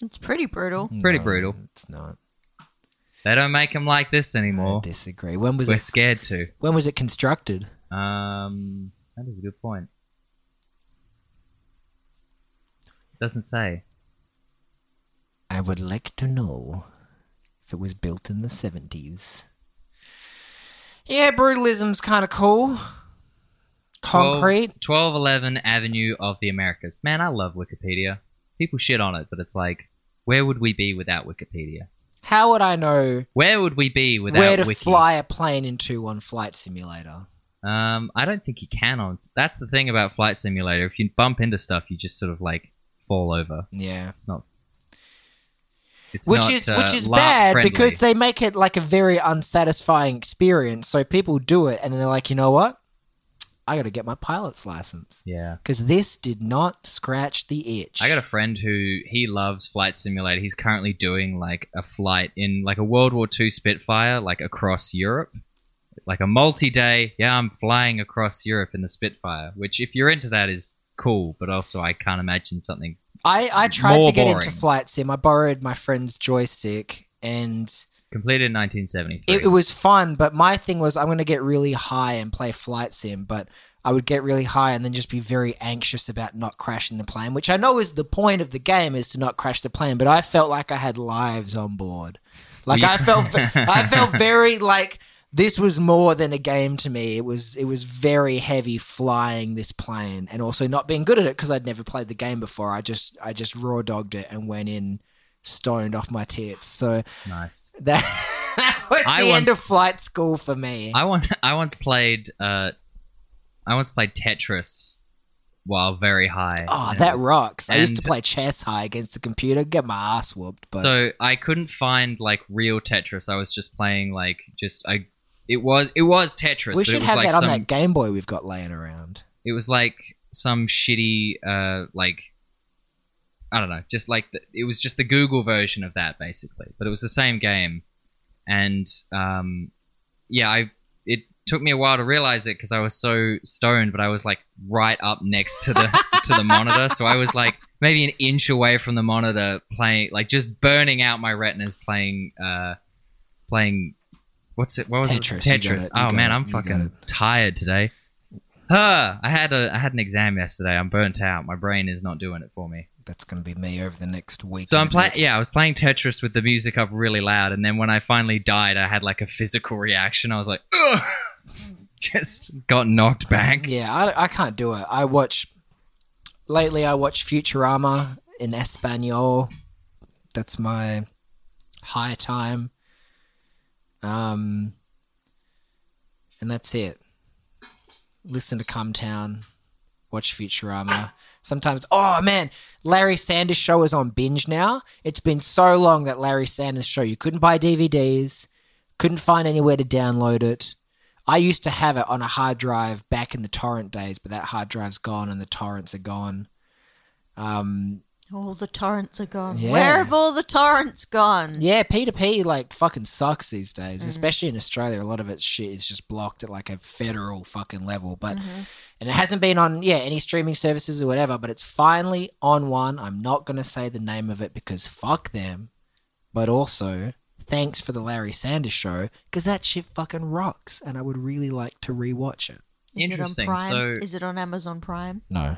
Speaker 3: it's pretty brutal.
Speaker 2: It's pretty brutal.
Speaker 1: It's not.
Speaker 2: They don't make them like this
Speaker 1: I
Speaker 2: anymore.
Speaker 1: disagree. When was
Speaker 2: We're
Speaker 1: it?
Speaker 2: scared to.
Speaker 1: When was it constructed?
Speaker 2: Um, that is a good point. Doesn't say.
Speaker 1: I would like to know if it was built in the seventies. Yeah, brutalism's kind of cool.
Speaker 2: 12
Speaker 1: Concrete.
Speaker 2: 1211 Avenue of the Americas. Man, I love Wikipedia. People shit on it, but it's like, where would we be without Wikipedia?
Speaker 1: How would I know
Speaker 2: Where would we be without
Speaker 1: where to
Speaker 2: Wiki?
Speaker 1: fly a plane into on Flight Simulator?
Speaker 2: Um, I don't think you can on. That's the thing about Flight Simulator. If you bump into stuff, you just sort of like fall over.
Speaker 1: Yeah.
Speaker 2: It's not. It's
Speaker 1: which
Speaker 2: not,
Speaker 1: is
Speaker 2: uh,
Speaker 1: which is
Speaker 2: LARP
Speaker 1: bad
Speaker 2: friendly.
Speaker 1: because they make it like a very unsatisfying experience. So people do it and then they're like, you know what? I got to get my pilot's license
Speaker 2: yeah.
Speaker 1: because this did not scratch the itch.
Speaker 2: I got a friend who he loves Flight Simulator. He's currently doing like a flight in like a World War II Spitfire, like across Europe, like a multi-day. Yeah, I'm flying across Europe in the Spitfire, which if you're into that is cool, but also I can't imagine something.
Speaker 1: I, I tried
Speaker 2: More
Speaker 1: to get into
Speaker 2: boring.
Speaker 1: flight sim. I borrowed my friend's joystick and
Speaker 2: Completed in 1973.
Speaker 1: it, it was fun. But my thing was I'm going to get really high and play flight sim. But I would get really high and then just be very anxious about not crashing the plane, which I know is the point of the game is to not crash the plane. But I felt like I had lives on board. Like I
Speaker 2: Yeah.
Speaker 1: felt ve- I felt very like this was more than a game to me. It was it was very heavy flying this plane and also not being good at it because I'd never played the game before. I just I just raw dogged it and went in stoned off my tits. So
Speaker 2: nice.
Speaker 1: that, that was
Speaker 2: I
Speaker 1: the end of
Speaker 2: once-
Speaker 1: flight school for me.
Speaker 2: I once I once played uh, I once played Tetris while very high.
Speaker 1: oh,
Speaker 2: and it
Speaker 1: that
Speaker 2: was-
Speaker 1: rocks. I used to
Speaker 2: and-
Speaker 1: play chess high against the computer, get my ass whooped. But
Speaker 2: So I couldn't find like real Tetris. I was just playing like just I. It was it was Tetris.
Speaker 1: we
Speaker 2: but it
Speaker 1: should
Speaker 2: was
Speaker 1: have
Speaker 2: like
Speaker 1: that on
Speaker 2: some,
Speaker 1: that Game Boy we've got laying around.
Speaker 2: It was like some shitty uh like. I don't know, just like the, it was just the Google version of that basically, but it was the same game, and um, yeah, I it took me a while to realize it because I was so stoned, but I was like right up next to the to the monitor, so I was like maybe an inch away from the monitor, playing like just burning out my retinas playing uh playing what's it? What was
Speaker 1: Tetris, you
Speaker 2: it?
Speaker 1: got
Speaker 2: Tetris.
Speaker 1: it, you
Speaker 2: oh
Speaker 1: got
Speaker 2: man,
Speaker 1: it,
Speaker 2: I'm
Speaker 1: you got
Speaker 2: fucking tired today. Huh, I had a I had an exam yesterday. I'm burnt out. My brain is not doing it for me.
Speaker 1: That's going to be me over the next week.
Speaker 2: So
Speaker 1: and
Speaker 2: I'm
Speaker 1: a
Speaker 2: playing.
Speaker 1: bit.
Speaker 2: Yeah, I was playing Tetris with the music up really loud, and then when I finally died, I had like a physical reaction. I was like, Ugh! just got knocked back.
Speaker 1: Yeah, I, I can't do it. I watch lately. I watch Futurama in Espanol. That's my high time. Um, and that's it. Listen to Come Town. watch Futurama. Sometimes, oh man, Larry Sanders Show is on binge now. It's been so long that Larry Sanders Show, you couldn't buy DVDs, couldn't find anywhere to download it. I used to have it on a hard drive back in the torrent days, but that hard drive's gone and the torrents are gone. Um,
Speaker 3: All the torrents are gone.
Speaker 1: Yeah.
Speaker 3: Where have all the torrents gone?
Speaker 1: yeah, P2P like fucking sucks these days, especially in Australia. A lot of its shit is just blocked at like a federal fucking level, but and it hasn't been on yeah any streaming services or whatever. But it's finally on one. I'm not gonna say the name of it because fuck them, but also thanks for the Larry Sanders show because that shit fucking rocks, and I would really like to rewatch it.
Speaker 3: Is
Speaker 2: Interesting.
Speaker 3: It on Prime?
Speaker 2: So-
Speaker 3: is it on Amazon Prime?
Speaker 1: No,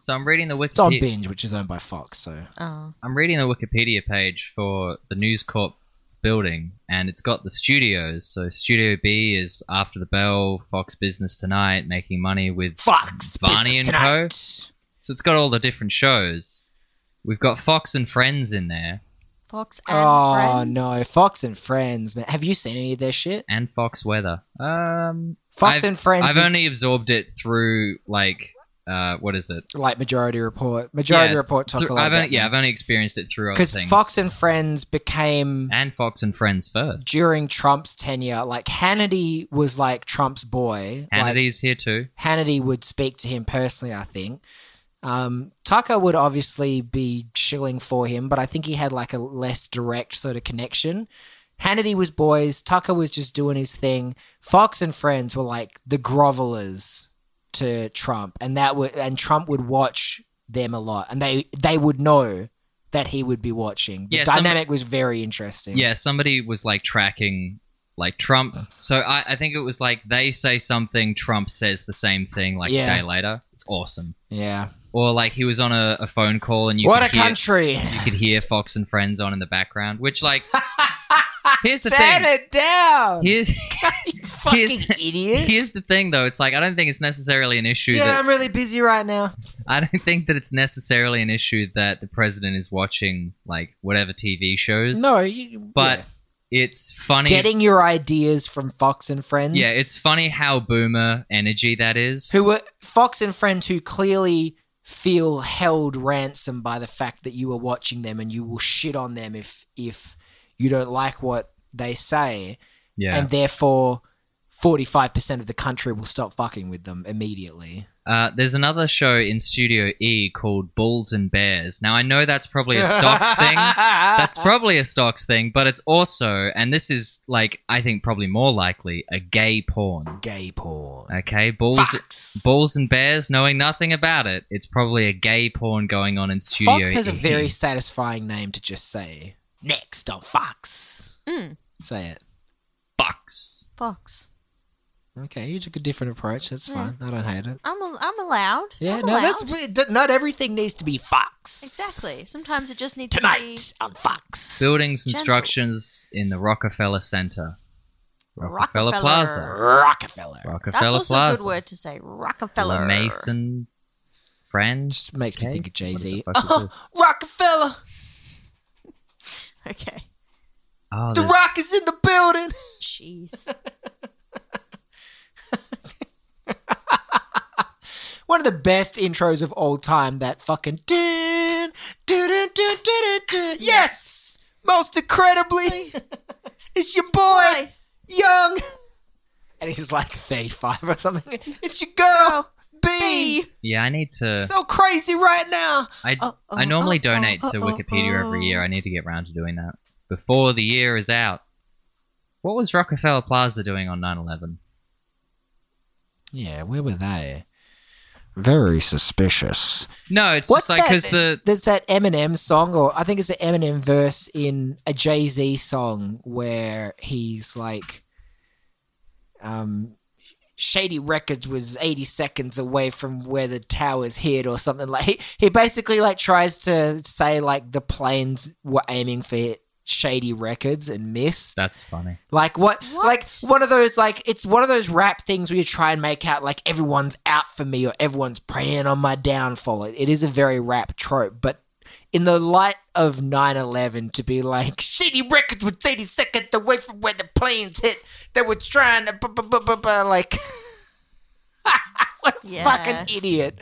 Speaker 2: So I'm reading the
Speaker 1: it's on
Speaker 2: Wikipedia.
Speaker 1: binge, which is owned by Fox, so
Speaker 3: Oh,
Speaker 2: I'm reading the Wikipedia page for the News Corp building, and it's got the studios. So Studio B is After the Bell, Fox Business Tonight, making money with
Speaker 1: Fox
Speaker 2: Barney
Speaker 1: Business
Speaker 2: and Co.
Speaker 1: Tonight.
Speaker 2: So it's got all the different shows. We've got Fox and Friends in there,
Speaker 3: Fox and
Speaker 1: Oh
Speaker 3: Friends.
Speaker 1: no, Fox and Friends, man. Have you seen any of their shit?
Speaker 2: and Fox Weather. Um,
Speaker 1: Fox
Speaker 2: I've-
Speaker 1: and Friends
Speaker 2: I've
Speaker 1: is-
Speaker 2: only absorbed it through like, uh, what is it?
Speaker 1: like Majority Report. Majority
Speaker 2: Yeah,
Speaker 1: Report talk
Speaker 2: Through-
Speaker 1: a lot
Speaker 2: I've
Speaker 1: about
Speaker 2: only, yeah, I've only experienced it through other
Speaker 1: because
Speaker 2: things.
Speaker 1: Fox and Friends became
Speaker 2: and Fox and Friends first.
Speaker 1: during Trump's tenure. Like Hannity was like Trump's boy. Like,
Speaker 2: Hannity's here too.
Speaker 1: Hannity would speak to him personally. I think. Um, Tucker would obviously be shilling for him, but I think he had like a less direct sort of connection. Hannity was boys. Tucker was just doing his thing. Fox and Friends were like the grovelers to Trump, and that would and Trump would watch them a lot, and they they would know that he would be watching. The
Speaker 2: Yeah, some-
Speaker 1: dynamic was very interesting.
Speaker 2: Yeah, somebody was like tracking like Trump. So I, I think it was like they say something, Trump says the same thing like
Speaker 1: Yeah.
Speaker 2: a day later. It's awesome.
Speaker 1: yeah.
Speaker 2: Or like he was on a, a phone call and you
Speaker 1: What a
Speaker 2: could hear,
Speaker 1: country!
Speaker 2: you could hear Fox and Friends on in the background, which like here's the
Speaker 1: Turn
Speaker 2: thing.
Speaker 1: it down,
Speaker 2: Here's,
Speaker 1: you fucking
Speaker 2: Here's-
Speaker 1: idiot!
Speaker 2: here's the thing though. It's like I don't think it's necessarily an issue
Speaker 1: yeah,
Speaker 2: that
Speaker 1: I'm really busy right now.
Speaker 2: I don't think that it's necessarily an issue that the president is watching like whatever TV shows.
Speaker 1: No, you,
Speaker 2: But
Speaker 1: yeah.
Speaker 2: it's funny
Speaker 1: getting your ideas from Fox and Friends.
Speaker 2: Yeah, it's funny how boomer energy that is.
Speaker 1: who were Fox and Friends who clearly feel held ransom by the fact that you are watching them and you will shit on them if if you don't like what they say,
Speaker 2: yeah.
Speaker 1: and therefore. 45% of the country will stop fucking with them immediately.
Speaker 2: Uh, there's another show in Studio E called Bulls and Bears. Now I know that's probably a stocks thing. That's probably a stocks thing, but it's also, and this is like I think probably more likely, a gay porn.
Speaker 1: Gay porn.
Speaker 2: Okay, bulls,
Speaker 1: Fox.
Speaker 2: bulls and bears. Knowing nothing about it, it's probably a gay porn going on in Studio.
Speaker 1: Fox has a
Speaker 2: E.
Speaker 1: very satisfying name to just say. Next on Fox.
Speaker 3: Mm.
Speaker 1: Say it.
Speaker 2: Fox.
Speaker 3: Fox.
Speaker 1: Okay, you took a different approach. That's fine. I don't hate it.
Speaker 3: I'm al- I'm allowed.
Speaker 1: Yeah,
Speaker 3: I'm
Speaker 1: no,
Speaker 3: allowed.
Speaker 1: that's weird. not everything needs to be Fox.
Speaker 3: exactly. Sometimes it just needs to be
Speaker 1: Tonight on Fox.
Speaker 2: Buildings and
Speaker 3: Gentle.
Speaker 2: structions in the Rockefeller Center, Rockefeller,
Speaker 3: Rockefeller.
Speaker 2: Plaza,
Speaker 1: Rockefeller.
Speaker 2: Rockefeller
Speaker 3: That's also
Speaker 2: Plaza,
Speaker 3: a good word to say. Rockefeller.
Speaker 2: La Mason, Friends.
Speaker 1: Just makes me think of
Speaker 2: Case? What
Speaker 1: Jay Z.
Speaker 2: the fuck is
Speaker 1: Oh,
Speaker 2: this?
Speaker 1: Rockefeller.
Speaker 3: Okay.
Speaker 2: Oh,
Speaker 1: The
Speaker 2: there's-
Speaker 1: rock is in the building.
Speaker 3: Jeez.
Speaker 1: One of the best intros of all time. That fucking dun, dun, dun, dun, dun, dun. Yes, most incredibly, it's your boy, Young, and he's like thirty-five or something. It's your girl, B.
Speaker 3: B.
Speaker 2: Yeah, I need to.
Speaker 1: So crazy right now.
Speaker 2: I,
Speaker 1: oh,
Speaker 2: I
Speaker 1: oh,
Speaker 2: normally
Speaker 1: oh,
Speaker 2: donate
Speaker 1: oh,
Speaker 2: to
Speaker 1: oh,
Speaker 2: Wikipedia
Speaker 1: oh.
Speaker 2: every year. I need to get round to doing that before the year is out. What was Rockefeller Plaza doing on 9 11?
Speaker 1: Yeah, where were they? Very suspicious.
Speaker 2: No, it's
Speaker 1: What's
Speaker 2: just like
Speaker 1: that?
Speaker 2: because the.
Speaker 1: There's that Eminem song, or I think it's an Eminem verse in a Jay Z song where he's like, um, Shady Records was 80 seconds away from where the towers hit, or something like. He he basically like tries to say like the planes were aiming for Shady Records and missed.
Speaker 2: That's funny.
Speaker 1: Like what,
Speaker 3: What?
Speaker 1: Like one of those like it's one of those rap things where you try and make out like everyone's out for me or everyone's preying on my downfall. It, it is a very rap trope, but in the light of 9-11 to be like shitty records with 80 seconds away from where the planes hit they were trying to bu- bu- bu- bu- bu- like what
Speaker 3: Yeah.
Speaker 1: Fucking idiot.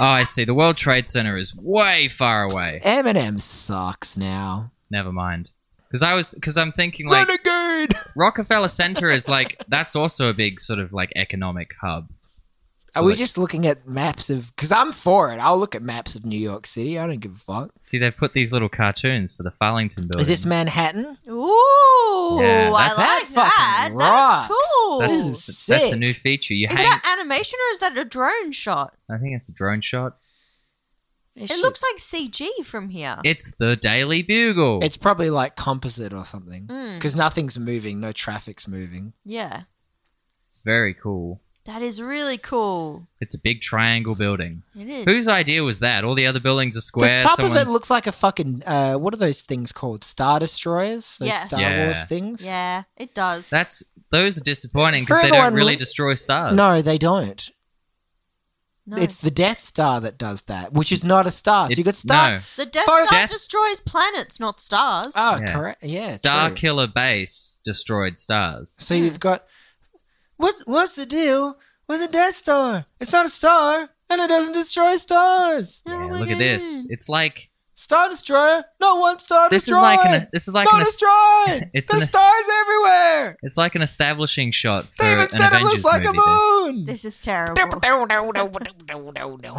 Speaker 2: Oh, I see. The World Trade Center is way far away.
Speaker 1: Eminem sucks now.
Speaker 2: Never mind. Because I was, because I'm thinking like
Speaker 1: Renegade.
Speaker 2: Rockefeller Center is like that's also a big sort of like economic hub. So,
Speaker 1: Are we
Speaker 2: like,
Speaker 1: just looking at maps of? Because I'm for it. I'll look at maps of New York City. I don't give a fuck.
Speaker 2: see they've put these little cartoons for the Farlington building?
Speaker 1: Is this Manhattan?
Speaker 3: Ooh,
Speaker 2: Yeah,
Speaker 3: I
Speaker 2: that's-
Speaker 1: That
Speaker 3: like
Speaker 1: fucking
Speaker 3: that.
Speaker 1: rocks.
Speaker 3: That's cool.
Speaker 2: that's,
Speaker 1: This
Speaker 3: is
Speaker 1: is
Speaker 2: that's a
Speaker 1: sick.
Speaker 2: new feature. You hang.
Speaker 3: that animation or is that a drone shot?
Speaker 2: I think it's a drone shot.
Speaker 1: This
Speaker 3: It
Speaker 1: shit's-
Speaker 3: looks like CG from here.
Speaker 2: It's the Daily Bugle.
Speaker 1: it's probably like composite or something.
Speaker 3: Mm.
Speaker 1: Because nothing's moving. No traffic's moving.
Speaker 3: yeah,
Speaker 2: It's very cool.
Speaker 3: that is really cool.
Speaker 2: It's a big triangle building.
Speaker 3: It is.
Speaker 2: Whose idea was that? All the other buildings are square.
Speaker 1: the top
Speaker 2: someone's...
Speaker 1: of it looks like a fucking. Uh, what are those things called? Star destroyers. Those
Speaker 3: Yes.
Speaker 1: Star
Speaker 2: Yeah.
Speaker 1: Wars things.
Speaker 3: Yeah, it does.
Speaker 2: That's those are disappointing because
Speaker 1: For
Speaker 2: they don't
Speaker 1: everyone
Speaker 2: really
Speaker 1: li-
Speaker 2: destroy stars.
Speaker 1: No, they don't.
Speaker 3: no.
Speaker 1: It's the Death Star that does that, which is not a star. So
Speaker 2: It-
Speaker 1: you could start.
Speaker 2: no.
Speaker 3: the Death
Speaker 1: Folks-
Speaker 3: Star
Speaker 2: Death-
Speaker 3: destroys planets, not stars.
Speaker 1: Oh,
Speaker 2: Yeah.
Speaker 1: correct. Yeah.
Speaker 2: Star
Speaker 1: true.
Speaker 2: Killer Base destroyed stars.
Speaker 1: So you've got what? What's the deal with the Death Star? It's not a star, and it doesn't destroy stars.
Speaker 2: Yeah, look at this. It's like
Speaker 1: Star Destroyer, not one star
Speaker 2: this is
Speaker 1: destroyed.
Speaker 2: like an this is like
Speaker 1: not
Speaker 2: an
Speaker 1: destroyed.
Speaker 2: it's
Speaker 1: There's
Speaker 2: an-
Speaker 1: stars everywhere.
Speaker 2: it's like an establishing shot for
Speaker 1: They even
Speaker 2: an
Speaker 1: said it looks
Speaker 2: Avengers
Speaker 1: like a
Speaker 2: movie. this.
Speaker 1: moon.
Speaker 3: This is terrible.
Speaker 1: No, no, no, no, no, no.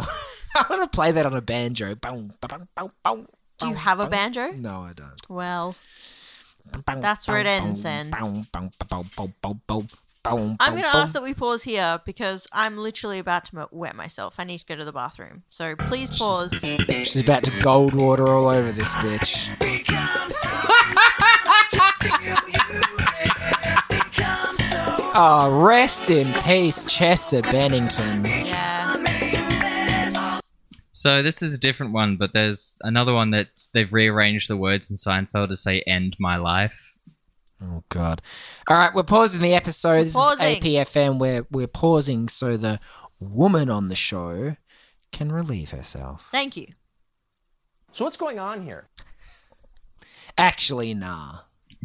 Speaker 1: I want to play that on a banjo. Boom, ba, boom, boom, boom,
Speaker 3: Do you
Speaker 1: boom,
Speaker 3: have a
Speaker 1: boom.
Speaker 3: banjo?
Speaker 1: No, I don't.
Speaker 3: Well,
Speaker 1: Boom,
Speaker 3: That's where it
Speaker 1: boom,
Speaker 3: ends
Speaker 1: boom,
Speaker 3: then.
Speaker 1: boom, boom, boom, boom, boom, boom, boom,
Speaker 3: I'm going to
Speaker 1: boom.
Speaker 3: ask that we pause here because I'm literally about to mo- wet myself. I need to go to the bathroom. So please pause.
Speaker 1: She's about to gold water all over this bitch. oh, rest in peace, Chester Bennington.
Speaker 3: Yeah.
Speaker 2: So this is a different one, but there's another one that's they've rearranged the words in Seinfeld to say "End my life."
Speaker 1: Oh God! All right, we're pausing the episode. This
Speaker 3: Pausing.
Speaker 1: is APFM. We're we're pausing so the woman on the show can relieve herself.
Speaker 3: Thank you.
Speaker 4: So what's going on here?
Speaker 1: Actually, nah.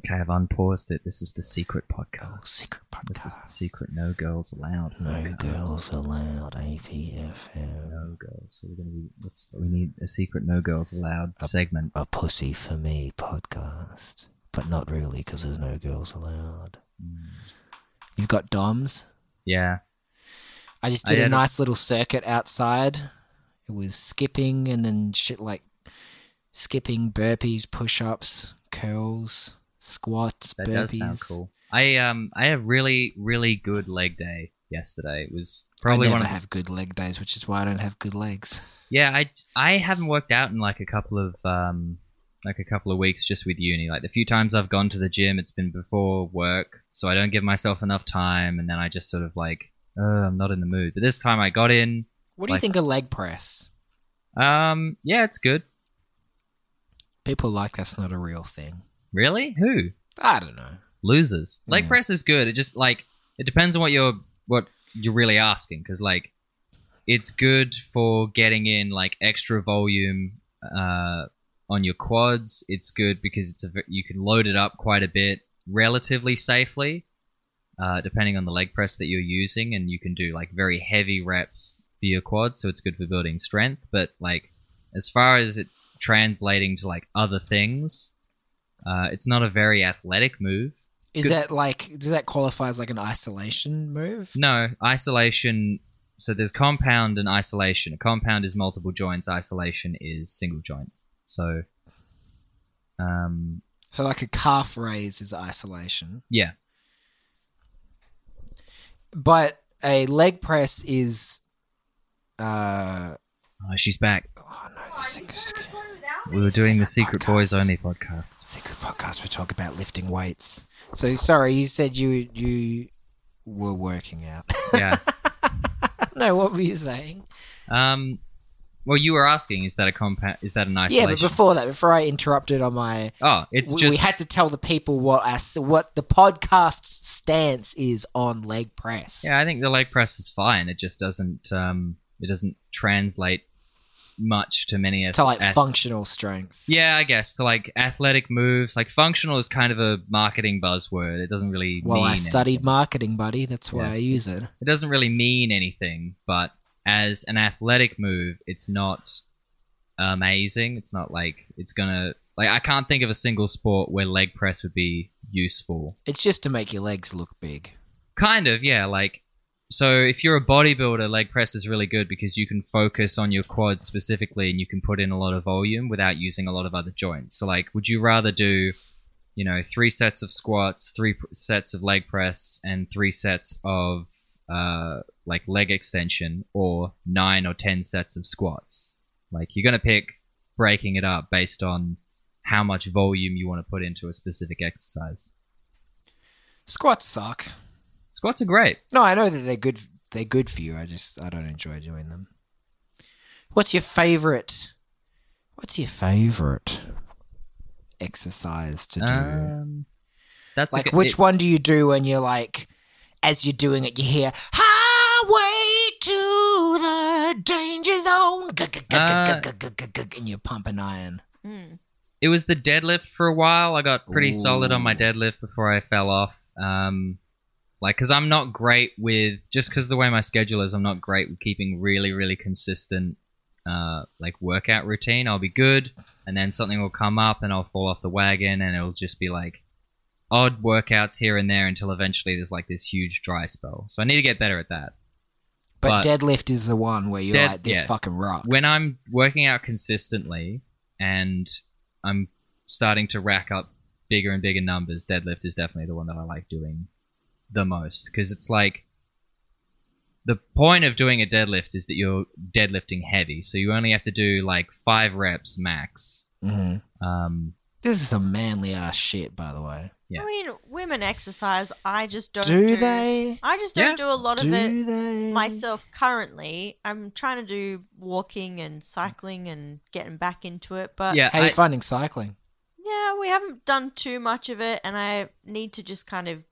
Speaker 2: Okay, I've unpaused it. This is the secret podcast.
Speaker 1: Secret
Speaker 2: This is
Speaker 1: podcast.
Speaker 2: the secret. No girls allowed.
Speaker 1: No girls allowed. APFM.
Speaker 2: No girls. So we're gonna be. What's, we need a secret. No girls allowed segment.
Speaker 1: A pussy for me podcast, but not really because there's no girls allowed. You've got doms.
Speaker 2: Yeah.
Speaker 1: I just
Speaker 2: I
Speaker 1: did a
Speaker 2: did it.
Speaker 1: nice little circuit outside. It was skipping and then shit like skipping, burpees, push ups, curls, squats,
Speaker 2: That
Speaker 1: burpees.
Speaker 2: does sound cool. I um I had a really really good leg day yesterday. It was probably
Speaker 1: I
Speaker 2: one
Speaker 1: never
Speaker 2: of
Speaker 1: have good leg days, which is why I don't have good legs.
Speaker 2: yeah I I haven't worked out in like a couple of um like a couple of weeks just with uni. Like the few times I've gone to the gym, it's been before work, so I don't give myself enough time, and then I just sort of like oh, I'm not in the mood. But this time I got in.
Speaker 1: What do you
Speaker 2: Like-
Speaker 1: think of leg press?
Speaker 2: Um yeah, it's good.
Speaker 1: People like that's not a real thing.
Speaker 2: Really? Who?
Speaker 1: I don't know.
Speaker 2: losers. Leg
Speaker 1: Yeah.
Speaker 2: press is good. It just like it depends on what you're what you're really asking because like it's good for getting in like extra volume uh, on your quads. It's good because it's a, ve- you can load it up quite a bit relatively safely, uh, depending on the leg press that you're using, and you can do like very heavy reps for your quads. So it's good for building strength. But like as far as it translating to like other things. Uh, it's not a very athletic move.
Speaker 1: Is
Speaker 2: Good-
Speaker 1: that like does that qualify as like an isolation move?
Speaker 2: No, isolation. So there's compound and isolation. A compound is multiple joints. Isolation is single joint. So, um,
Speaker 1: So like a calf raise is isolation,
Speaker 2: yeah,
Speaker 1: but a leg press is. Uh,
Speaker 2: oh, she's back.
Speaker 1: oh no! the secret, secret,
Speaker 2: We were doing the Secret
Speaker 1: Secret
Speaker 2: Boys
Speaker 1: podcast.
Speaker 2: Only podcast.
Speaker 1: secret podcast. We're talking about lifting weights. So sorry, you said you you were working out.
Speaker 2: Yeah.
Speaker 1: no, what were you saying?
Speaker 2: um, well, you were asking, is that a compound? Is that an
Speaker 1: Yeah,
Speaker 2: isolation?
Speaker 1: but before that, before I interrupted on my,
Speaker 2: oh, it's
Speaker 1: we,
Speaker 2: just
Speaker 1: we had to tell the people what our, s- what the podcast's stance is on leg press.
Speaker 2: Yeah, I think the leg press is fine. It just doesn't um, it doesn't translate much to many
Speaker 1: to like
Speaker 2: ath-
Speaker 1: functional strength.
Speaker 2: Yeah, I guess to like athletic moves. Like functional is kind of a marketing buzzword. It doesn't really
Speaker 1: Well,
Speaker 2: mean
Speaker 1: I studied
Speaker 2: anything.
Speaker 1: marketing, buddy. That's why
Speaker 2: Yeah.
Speaker 1: I use it.
Speaker 2: It doesn't really mean anything, but as an athletic move, it's not amazing. It's not like it's gonna like I can't think of a single sport where leg press would be useful.
Speaker 1: It's just to make your legs look big.
Speaker 2: Kind of, yeah. Like, so if you're a bodybuilder, leg press is really good because you can focus on your quads specifically and you can put in a lot of volume without using a lot of other joints. So, like, would you rather do, you know, three sets of squats, three pr- sets of leg press, and three sets of, uh, like leg extension or nine or 10 sets of squats? Like, you're going to pick breaking it up based on how much volume you want to put into a specific exercise.
Speaker 1: Squats suck.
Speaker 2: Squats are great.
Speaker 1: No, I know that they're good. They're good for you. I just I don't enjoy doing them. What's your favorite? What's your favorite exercise to do?
Speaker 2: Um, that's a
Speaker 1: like
Speaker 2: good-
Speaker 1: which
Speaker 2: it-
Speaker 1: one do you do when you're like, as you're doing it, you hear "Highway to the Danger Zone," Gu- gu- gu-
Speaker 2: Uh,
Speaker 1: gu- gu- gu- gu- gu- and you're pumping iron.
Speaker 3: Mm.
Speaker 2: It was the deadlift for a while. I got pretty solid on my
Speaker 1: Ooh.
Speaker 2: deadlift before I fell off. Um, like, because I'm not great with just because the way my schedule is, I'm not great with keeping really, really consistent uh, like workout routine. I'll be good, and then something will come up, and I'll fall off the wagon, and it'll just be like odd workouts here and there until eventually there's like this huge dry spell. So I need to get better at that.
Speaker 1: But,
Speaker 2: But-
Speaker 1: deadlift is the one where you're
Speaker 2: Dead-
Speaker 1: like, "This
Speaker 2: yeah.
Speaker 1: fucking rocks."
Speaker 2: when I'm working out consistently and I'm starting to rack up bigger and bigger numbers, deadlift is definitely the one that I like doing the most because it's like the point of doing a deadlift is that you're deadlifting heavy, so you only have to do like five reps max.
Speaker 1: Mhm.
Speaker 2: Um,
Speaker 1: this is some manly ass shit, by the way.
Speaker 2: Yeah.
Speaker 3: I mean, women exercise. I just don't.
Speaker 1: Do,
Speaker 3: Do,
Speaker 1: they?
Speaker 3: I just don't do a lot
Speaker 1: Do
Speaker 3: of it
Speaker 1: they?
Speaker 3: myself currently. I'm trying to do walking and cycling and getting back into it, but
Speaker 2: yeah,
Speaker 1: Uh, How are
Speaker 2: I-
Speaker 1: you finding cycling?
Speaker 3: yeah, we haven't done too much of it, and I need to just kind of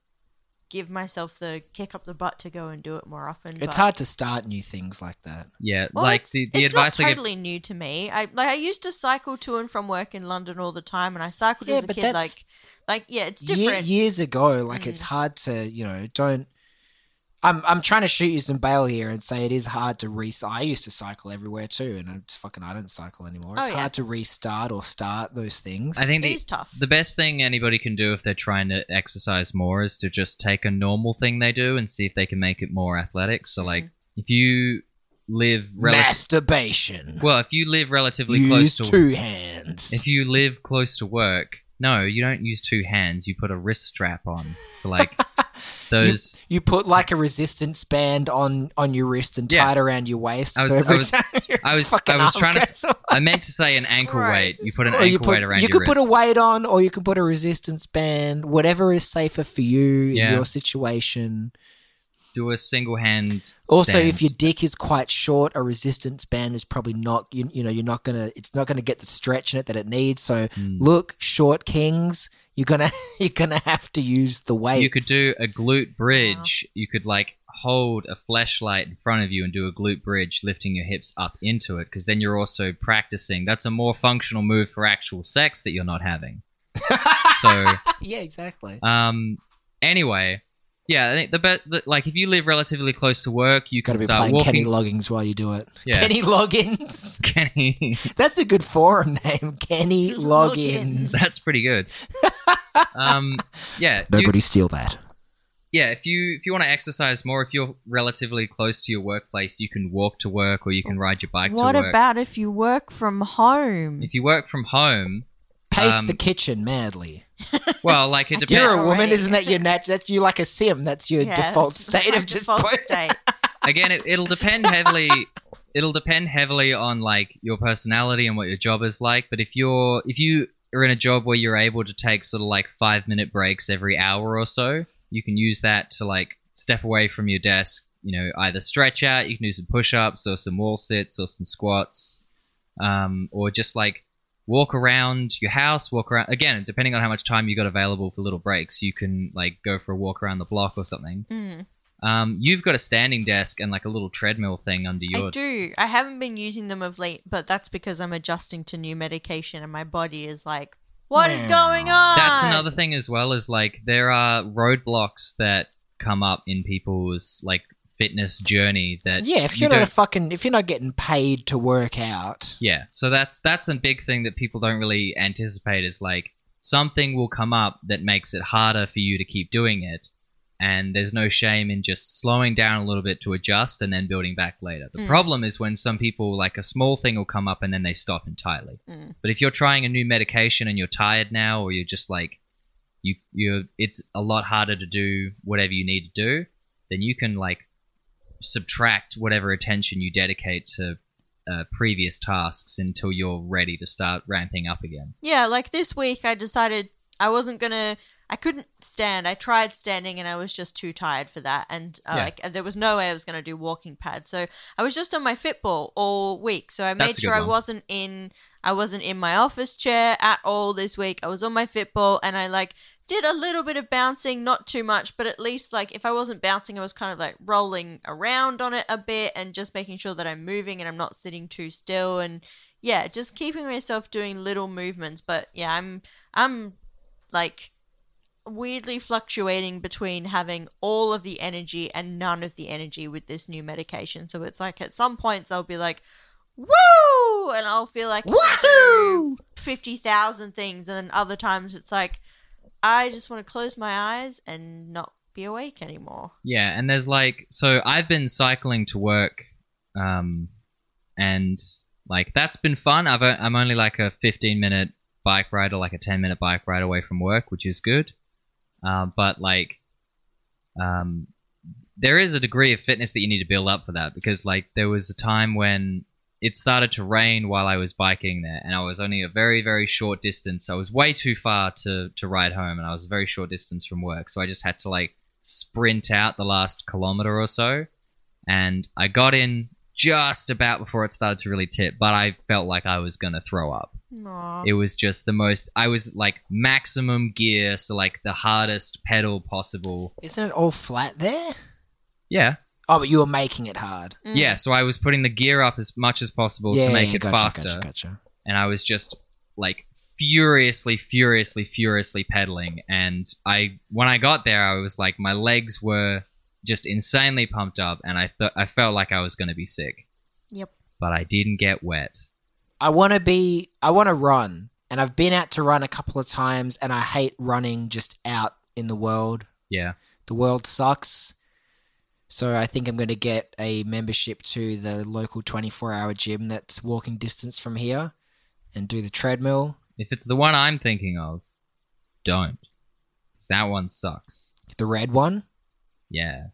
Speaker 3: give myself the kick up the butt to go and do it more often.
Speaker 1: It's
Speaker 3: but-
Speaker 1: hard to start new things like that.
Speaker 2: yeah,
Speaker 3: Well,
Speaker 2: like
Speaker 3: it's,
Speaker 2: the, the
Speaker 3: it's
Speaker 2: advice
Speaker 3: not
Speaker 2: I give.
Speaker 3: totally new to me. I like I used to cycle to and from work in London all the time, and I cycled
Speaker 1: Yeah,
Speaker 3: as a
Speaker 1: but
Speaker 3: kid. Like,
Speaker 1: that's-
Speaker 3: like yeah, it's
Speaker 1: Ye-
Speaker 3: different. Mm.
Speaker 1: years ago, like it's hard to, you know, don't. I'm I'm trying to shoot you some bail here and say it is hard to re. I used to cycle everywhere too, and I just fucking I don't cycle anymore.
Speaker 3: Oh,
Speaker 1: It's
Speaker 3: yeah.
Speaker 1: hard to restart or start those things.
Speaker 2: I think
Speaker 3: It
Speaker 2: the,
Speaker 3: is tough.
Speaker 2: The best thing anybody can do if they're trying to exercise more is to just take a normal thing they do and see if they can make it more athletic. So, like,
Speaker 1: Mm-hmm.
Speaker 2: if you live relatively
Speaker 1: masturbation.
Speaker 2: well, if you live relatively
Speaker 1: Use
Speaker 2: close to
Speaker 1: two hands.
Speaker 2: if you live close to work, no, you don't use two hands. You put a wrist strap on. So, like, those.
Speaker 1: you put like a resistance band on on your wrist and tie
Speaker 2: Yeah.
Speaker 1: it around your waist.
Speaker 2: I
Speaker 1: so
Speaker 2: was- I
Speaker 1: every
Speaker 2: was-
Speaker 1: time your
Speaker 2: I was
Speaker 1: fucking
Speaker 2: I was
Speaker 1: arm
Speaker 2: trying to.
Speaker 1: goes
Speaker 2: s-
Speaker 1: up.
Speaker 2: I meant to say an ankle weight. You put an
Speaker 1: Or
Speaker 2: ankle
Speaker 1: you put,
Speaker 2: weight around
Speaker 1: you
Speaker 2: your
Speaker 1: could put a
Speaker 2: wrist.
Speaker 1: weight on, or you could put a resistance band, whatever is safer for you
Speaker 2: Yeah.
Speaker 1: in your situation.
Speaker 2: Do a single hand.
Speaker 1: Also,
Speaker 2: stand.
Speaker 1: if your dick is quite short, a resistance band is probably not you, you know you're not gonna it's not gonna get the stretch in it that it needs. So
Speaker 2: Mm.
Speaker 1: look, short kings, you're gonna you're gonna have to use the weight.
Speaker 2: You could do a glute bridge. You could like hold a flashlight in front of you and do a glute bridge, lifting your hips up into it, because then you're also practicing. That's a more functional move for actual sex that you're not having. so,
Speaker 1: yeah, exactly.
Speaker 2: um, anyway, yeah, I think the bet the, like if you live relatively close to work, you can
Speaker 1: Gotta be
Speaker 2: start
Speaker 1: playing Kenny
Speaker 2: walking.
Speaker 1: Loggins while you do it.
Speaker 2: Yeah.
Speaker 1: Kenny Loggins.
Speaker 2: Kenny,
Speaker 1: That's a good forum name. Kenny Loggins.
Speaker 3: Loggins.
Speaker 2: that's pretty good. Um, yeah, you-
Speaker 1: Nobody steal that.
Speaker 2: yeah if you if you want to exercise more if you're relatively close to your workplace you can walk to work or you can ride your bike
Speaker 3: what
Speaker 2: to work
Speaker 3: about if you work from home?
Speaker 2: if you work from home
Speaker 1: Pace
Speaker 2: Um,
Speaker 1: the kitchen madly.
Speaker 2: well like it
Speaker 1: You're
Speaker 2: depends
Speaker 1: a woman,
Speaker 3: already.
Speaker 1: isn't that your nat? That's you like a sim. That's your
Speaker 3: Yeah,
Speaker 1: default
Speaker 3: that's
Speaker 1: state
Speaker 3: my
Speaker 1: of just.
Speaker 3: default
Speaker 1: put-
Speaker 3: state.
Speaker 2: again it, it'll depend heavily it'll depend heavily on like your personality and what your job is like but if you're if you are in a job where you're able to take sort of like five minute breaks every hour or so you can use that to like step away from your desk you know either stretch out you can do some push-ups or some wall sits or some squats um, or just like walk around your house walk around again depending on how much time you got available for little breaks you can like go for a walk around the block or something
Speaker 3: Mm.
Speaker 2: Um, you've got a standing desk and like a little treadmill thing under
Speaker 3: I
Speaker 2: your.
Speaker 3: do. I haven't been using them of late, but that's because I'm adjusting to new medication and my body is like, what is going on?
Speaker 2: That's another thing as well is like there are roadblocks that come up in people's like fitness journey that
Speaker 1: Yeah, if
Speaker 2: you
Speaker 1: you're not a
Speaker 2: don't-
Speaker 1: fucking, if you're not getting paid to work out,
Speaker 2: Yeah, so that's that's a big thing that people don't really anticipate is like something will come up that makes it harder for you to keep doing it, and there's no shame in just slowing down a little bit to adjust and then building back later. The
Speaker 3: Mm.
Speaker 2: problem is when some people like a small thing will come up and then they stop entirely.
Speaker 3: Mm.
Speaker 2: But if you're trying a new medication and you're tired now, or you're just like you you it's a lot harder to do whatever you need to do, then you can like subtract whatever attention you dedicate to uh, previous tasks until you're ready to start ramping up again.
Speaker 3: Yeah, like this week I decided I wasn't gonna. I couldn't stand. I tried standing and I was just too tired for that. And uh,
Speaker 2: Yeah.
Speaker 3: like there was no way I was gonna do walking pad. So I was just on my Fitball all week. So I
Speaker 2: That's
Speaker 3: made
Speaker 2: a
Speaker 3: sure
Speaker 2: good
Speaker 3: I
Speaker 2: one.
Speaker 3: wasn't in. I wasn't in my office chair at all this week. I was on my Fitball and I like did a little bit of bouncing, not too much, but at least like if I wasn't bouncing, I was kind of like rolling around on it a bit and just making sure that I'm moving and I'm not sitting too still and yeah, just keeping myself doing little movements. But yeah, I'm I'm like weirdly fluctuating between having all of the energy and none of the energy with this new medication. So it's like at some points I'll be like, woo, and I'll feel like
Speaker 1: Woohoo!
Speaker 3: fifty thousand things, and then other times it's like I just want to close my eyes and not be awake anymore.
Speaker 2: Yeah, and there's like so I've been cycling to work, um, and like that's been fun. I've o- I'm only like a 15 minute bike ride or like a 10 minute bike ride away from work, which is good. Um, but like, um, there is a degree of fitness that you need to build up for that because like there was a time when it started to rain while I was biking there, and I was only a very very short distance. I was way too far to to ride home, and I was a very short distance from work, so I just had to like sprint out the last kilometer or so, and I got in just about before it started to really tip, but I felt like I was gonna throw up.
Speaker 1: Uh-huh.
Speaker 3: Aww.
Speaker 2: It was just the most. I was like maximum gear, so like the hardest pedal possible.
Speaker 1: isn't it all flat there?
Speaker 2: Yeah,
Speaker 1: Oh, but you were making it hard.
Speaker 3: Mm,
Speaker 2: yeah. So I was putting the gear up as much as possible to make it
Speaker 1: gotcha,
Speaker 2: faster,
Speaker 1: Gotcha, gotcha.
Speaker 2: and I was just like furiously, furiously, furiously pedaling. And I, when I got there, I was like, my legs were just insanely pumped up, and I thought I felt like I was going to be sick.
Speaker 3: Yep.
Speaker 2: But I didn't get wet.
Speaker 1: I want to be. I want to run, and I've been out to run a couple of times, and I hate running just out in the world.
Speaker 2: Yeah.
Speaker 1: The world sucks. So I think I'm going to get a membership to the local 24-hour gym that's walking distance from here, and do the treadmill.
Speaker 2: If it's the one I'm thinking of, don't. 'Cause that one sucks.
Speaker 1: The red one.
Speaker 2: Yeah.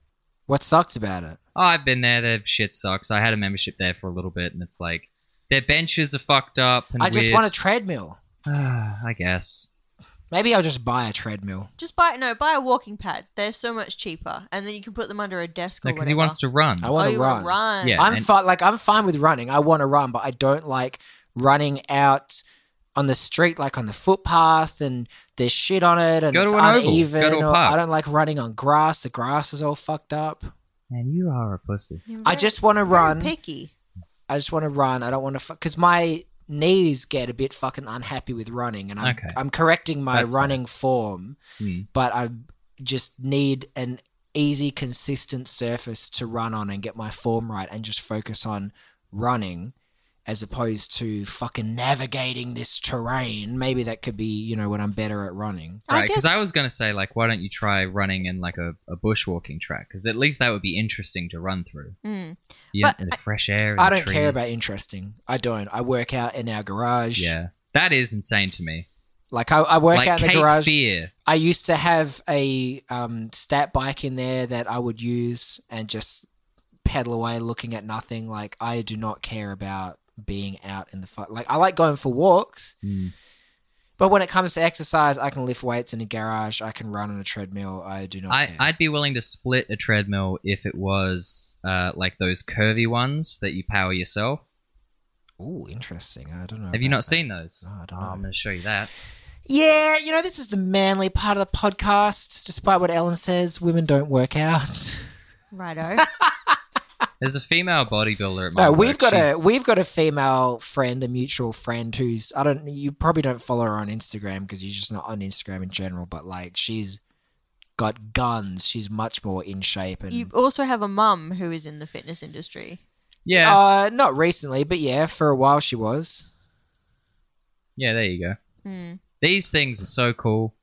Speaker 1: What sucks about it?
Speaker 2: oh, I've been there. Their shit sucks. I had a membership there for a little bit, and it's like their benches are fucked up. And
Speaker 1: I just
Speaker 2: weird.
Speaker 1: want a treadmill.
Speaker 2: I guess.
Speaker 1: Maybe I'll just buy a treadmill.
Speaker 3: Just buy no, buy a walking pad. They're so much cheaper, and then you can put them under a desk or
Speaker 2: Because
Speaker 3: whatever.
Speaker 2: he wants to run.
Speaker 1: I
Speaker 3: Oh,
Speaker 1: want
Speaker 3: you
Speaker 1: to
Speaker 3: wanna
Speaker 1: run.
Speaker 3: run?
Speaker 2: Yeah.
Speaker 1: I'm
Speaker 2: and-
Speaker 1: fine. Like I'm fine with running. I want to run, but I don't like running out on the street, like on the footpath, and there's shit on it, and
Speaker 2: Go to
Speaker 1: it's
Speaker 2: an oval.
Speaker 1: uneven.
Speaker 2: Go to a
Speaker 1: or
Speaker 2: park.
Speaker 1: I don't like running on grass. The grass is all fucked up.
Speaker 2: Man, you are a pussy.
Speaker 3: You're
Speaker 1: I
Speaker 3: very-
Speaker 1: just want to
Speaker 3: very
Speaker 1: run.
Speaker 3: Picky.
Speaker 1: I just want to run. I don't want to because my knees get a bit fucking unhappy with running, and I'm
Speaker 2: Okay.
Speaker 1: I'm correcting my
Speaker 2: That's fine.
Speaker 1: running form,
Speaker 2: Hmm.
Speaker 1: but I just need an easy, consistent surface to run on and get my form right, and just focus on running as opposed to fucking navigating this terrain. Maybe that could be you know when I'm better at running.
Speaker 3: I
Speaker 2: Right? Because
Speaker 3: guess.
Speaker 2: I, was gonna say like, why don't you try running in like a, a bushwalking track? Because at least that would be interesting to run through.
Speaker 3: Mm.
Speaker 2: Yeah,
Speaker 3: But
Speaker 2: in the fresh air. and
Speaker 1: I
Speaker 2: the
Speaker 1: don't care
Speaker 2: trees.
Speaker 1: about interesting. I don't. I work out in our garage.
Speaker 2: Yeah, that is insane to me.
Speaker 1: Like I, I work
Speaker 2: like
Speaker 1: out in the
Speaker 2: Kate
Speaker 1: garage.
Speaker 2: Fear.
Speaker 1: I used to have a um, stat bike in there that I would use and just pedal away looking at nothing. Like, I do not care about being out in the fu- Like, I like going for walks,
Speaker 2: Mm.
Speaker 1: but when it comes to exercise, I can lift weights in a garage, I can run on a treadmill. I do not
Speaker 2: I,
Speaker 1: care.
Speaker 2: I'd be willing to split a treadmill if it was uh, like those curvy ones that you power yourself.
Speaker 1: Ooh, interesting. I don't know.
Speaker 2: Have you
Speaker 1: about
Speaker 2: not
Speaker 1: that.
Speaker 2: seen those?
Speaker 1: No, I don't
Speaker 2: Oh, I'm
Speaker 1: know.
Speaker 2: going to show you that.
Speaker 1: Yeah, you know, this is the manly part of the podcast. Despite what Ellen says, women don't work out.
Speaker 3: Righto.
Speaker 2: There's a female bodybuilder at my
Speaker 1: No,
Speaker 2: work.
Speaker 1: we've got
Speaker 2: She's-
Speaker 1: a we've got a female friend, a mutual friend who's I don't you probably don't follow her on Instagram because you're just not on Instagram in general, but like she's got guns. She's much more in shape and
Speaker 3: you also have a mum who is in the fitness industry.
Speaker 2: yeah,
Speaker 1: uh not recently, but yeah, for a while she was.
Speaker 2: yeah. There you go.
Speaker 3: Hmm.
Speaker 2: These things are so cool.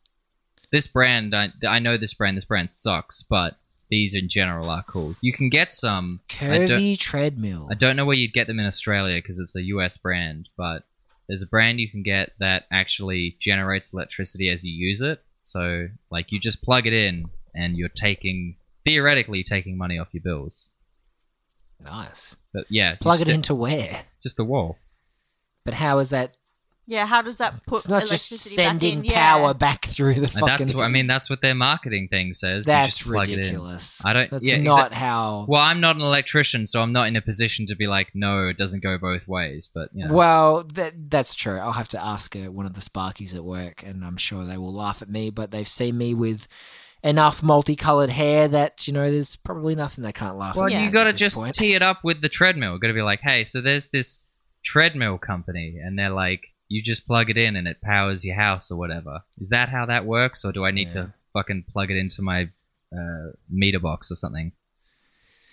Speaker 2: This brand, I, I know this brand. This brand sucks, but these in general are cool. You can get some. I don't,
Speaker 1: Curvy treadmill.
Speaker 2: I don't know where you'd get them in Australia because it's a US brand, but there's a brand you can get that actually generates electricity as you use it. So, like, you just plug it in, and you're taking theoretically taking money off your bills.
Speaker 1: Nice.
Speaker 2: But yeah, just
Speaker 1: Plug it
Speaker 2: sti-
Speaker 1: into where?
Speaker 2: just the wall.
Speaker 1: But how is that
Speaker 3: Yeah, how does that put
Speaker 1: it's not just
Speaker 3: electricity
Speaker 1: sending
Speaker 3: back in?
Speaker 1: power
Speaker 3: Yeah.
Speaker 1: back through the
Speaker 2: And
Speaker 1: fucking
Speaker 2: that's what I mean. That's what their marketing thing says. You
Speaker 1: That's
Speaker 2: just plug it in.
Speaker 1: ridiculous.
Speaker 2: I don't-
Speaker 1: That's
Speaker 2: yeah, exa-
Speaker 1: not how
Speaker 2: Well, I'm not an electrician, so I'm not in a position to be like, no, it doesn't go both ways. But you know.
Speaker 1: Well, that that's true. I'll have to ask uh, one of the Sparkies at work, and I'm sure they will laugh at me. But they've seen me with enough multicolored hair that you know there's probably nothing they can't laugh
Speaker 2: Well,
Speaker 1: at.
Speaker 3: Yeah.
Speaker 2: you got to
Speaker 1: at this
Speaker 2: just
Speaker 1: point.
Speaker 2: tee it up with the treadmill. Got to be like, hey, so there's this treadmill company, and they're like, you just plug it in and it powers your house or whatever. Is that how that works, or do I need
Speaker 1: Yeah.
Speaker 2: to fucking plug it into my uh, meter box or something?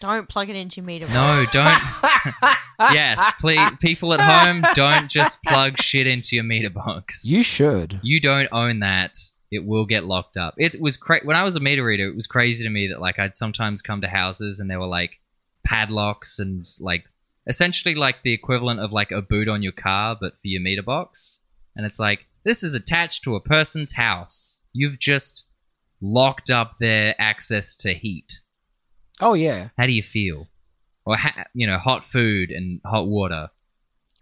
Speaker 3: Don't plug it into your meter.
Speaker 2: No, don't. yes, please, people at home, don't just plug shit into your meter box.
Speaker 1: You should.
Speaker 2: you don't own that it will get locked up it was cra- when i was a meter reader it was crazy to me that like i'd sometimes come to houses and there were like padlocks and like essentially like the equivalent of like a boot on your car but for your meter box and it's like this is attached to a person's house you've just locked up their access to heat
Speaker 1: Oh yeah,
Speaker 2: how do you feel or ha- you know hot food and hot water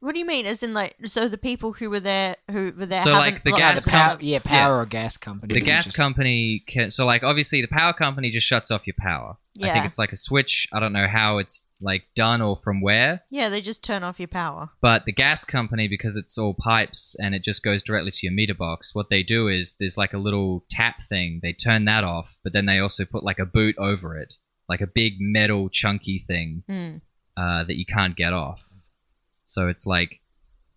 Speaker 3: What do you mean? As in, like, so the people who were there, who were there,
Speaker 2: So,
Speaker 3: haven't
Speaker 2: like, the
Speaker 3: locked
Speaker 2: gas
Speaker 1: the
Speaker 3: themselves
Speaker 1: power,
Speaker 2: company-
Speaker 3: up?
Speaker 1: yeah, power or gas company.
Speaker 2: the
Speaker 1: will
Speaker 2: gas
Speaker 1: just-
Speaker 2: company can so like obviously the power company just shuts off your power i
Speaker 3: Yeah.
Speaker 2: think it's like a switch i don't know how it's like done or from where
Speaker 3: Yeah, they just turn off your power.
Speaker 2: but the gas company because it's all pipes and it just goes directly to your meter box what they do is there's like a little tap thing they turn that off but then they also put like a boot over it like a big metal chunky thing
Speaker 3: Hmm.
Speaker 2: uh, that you can't get off. So it's like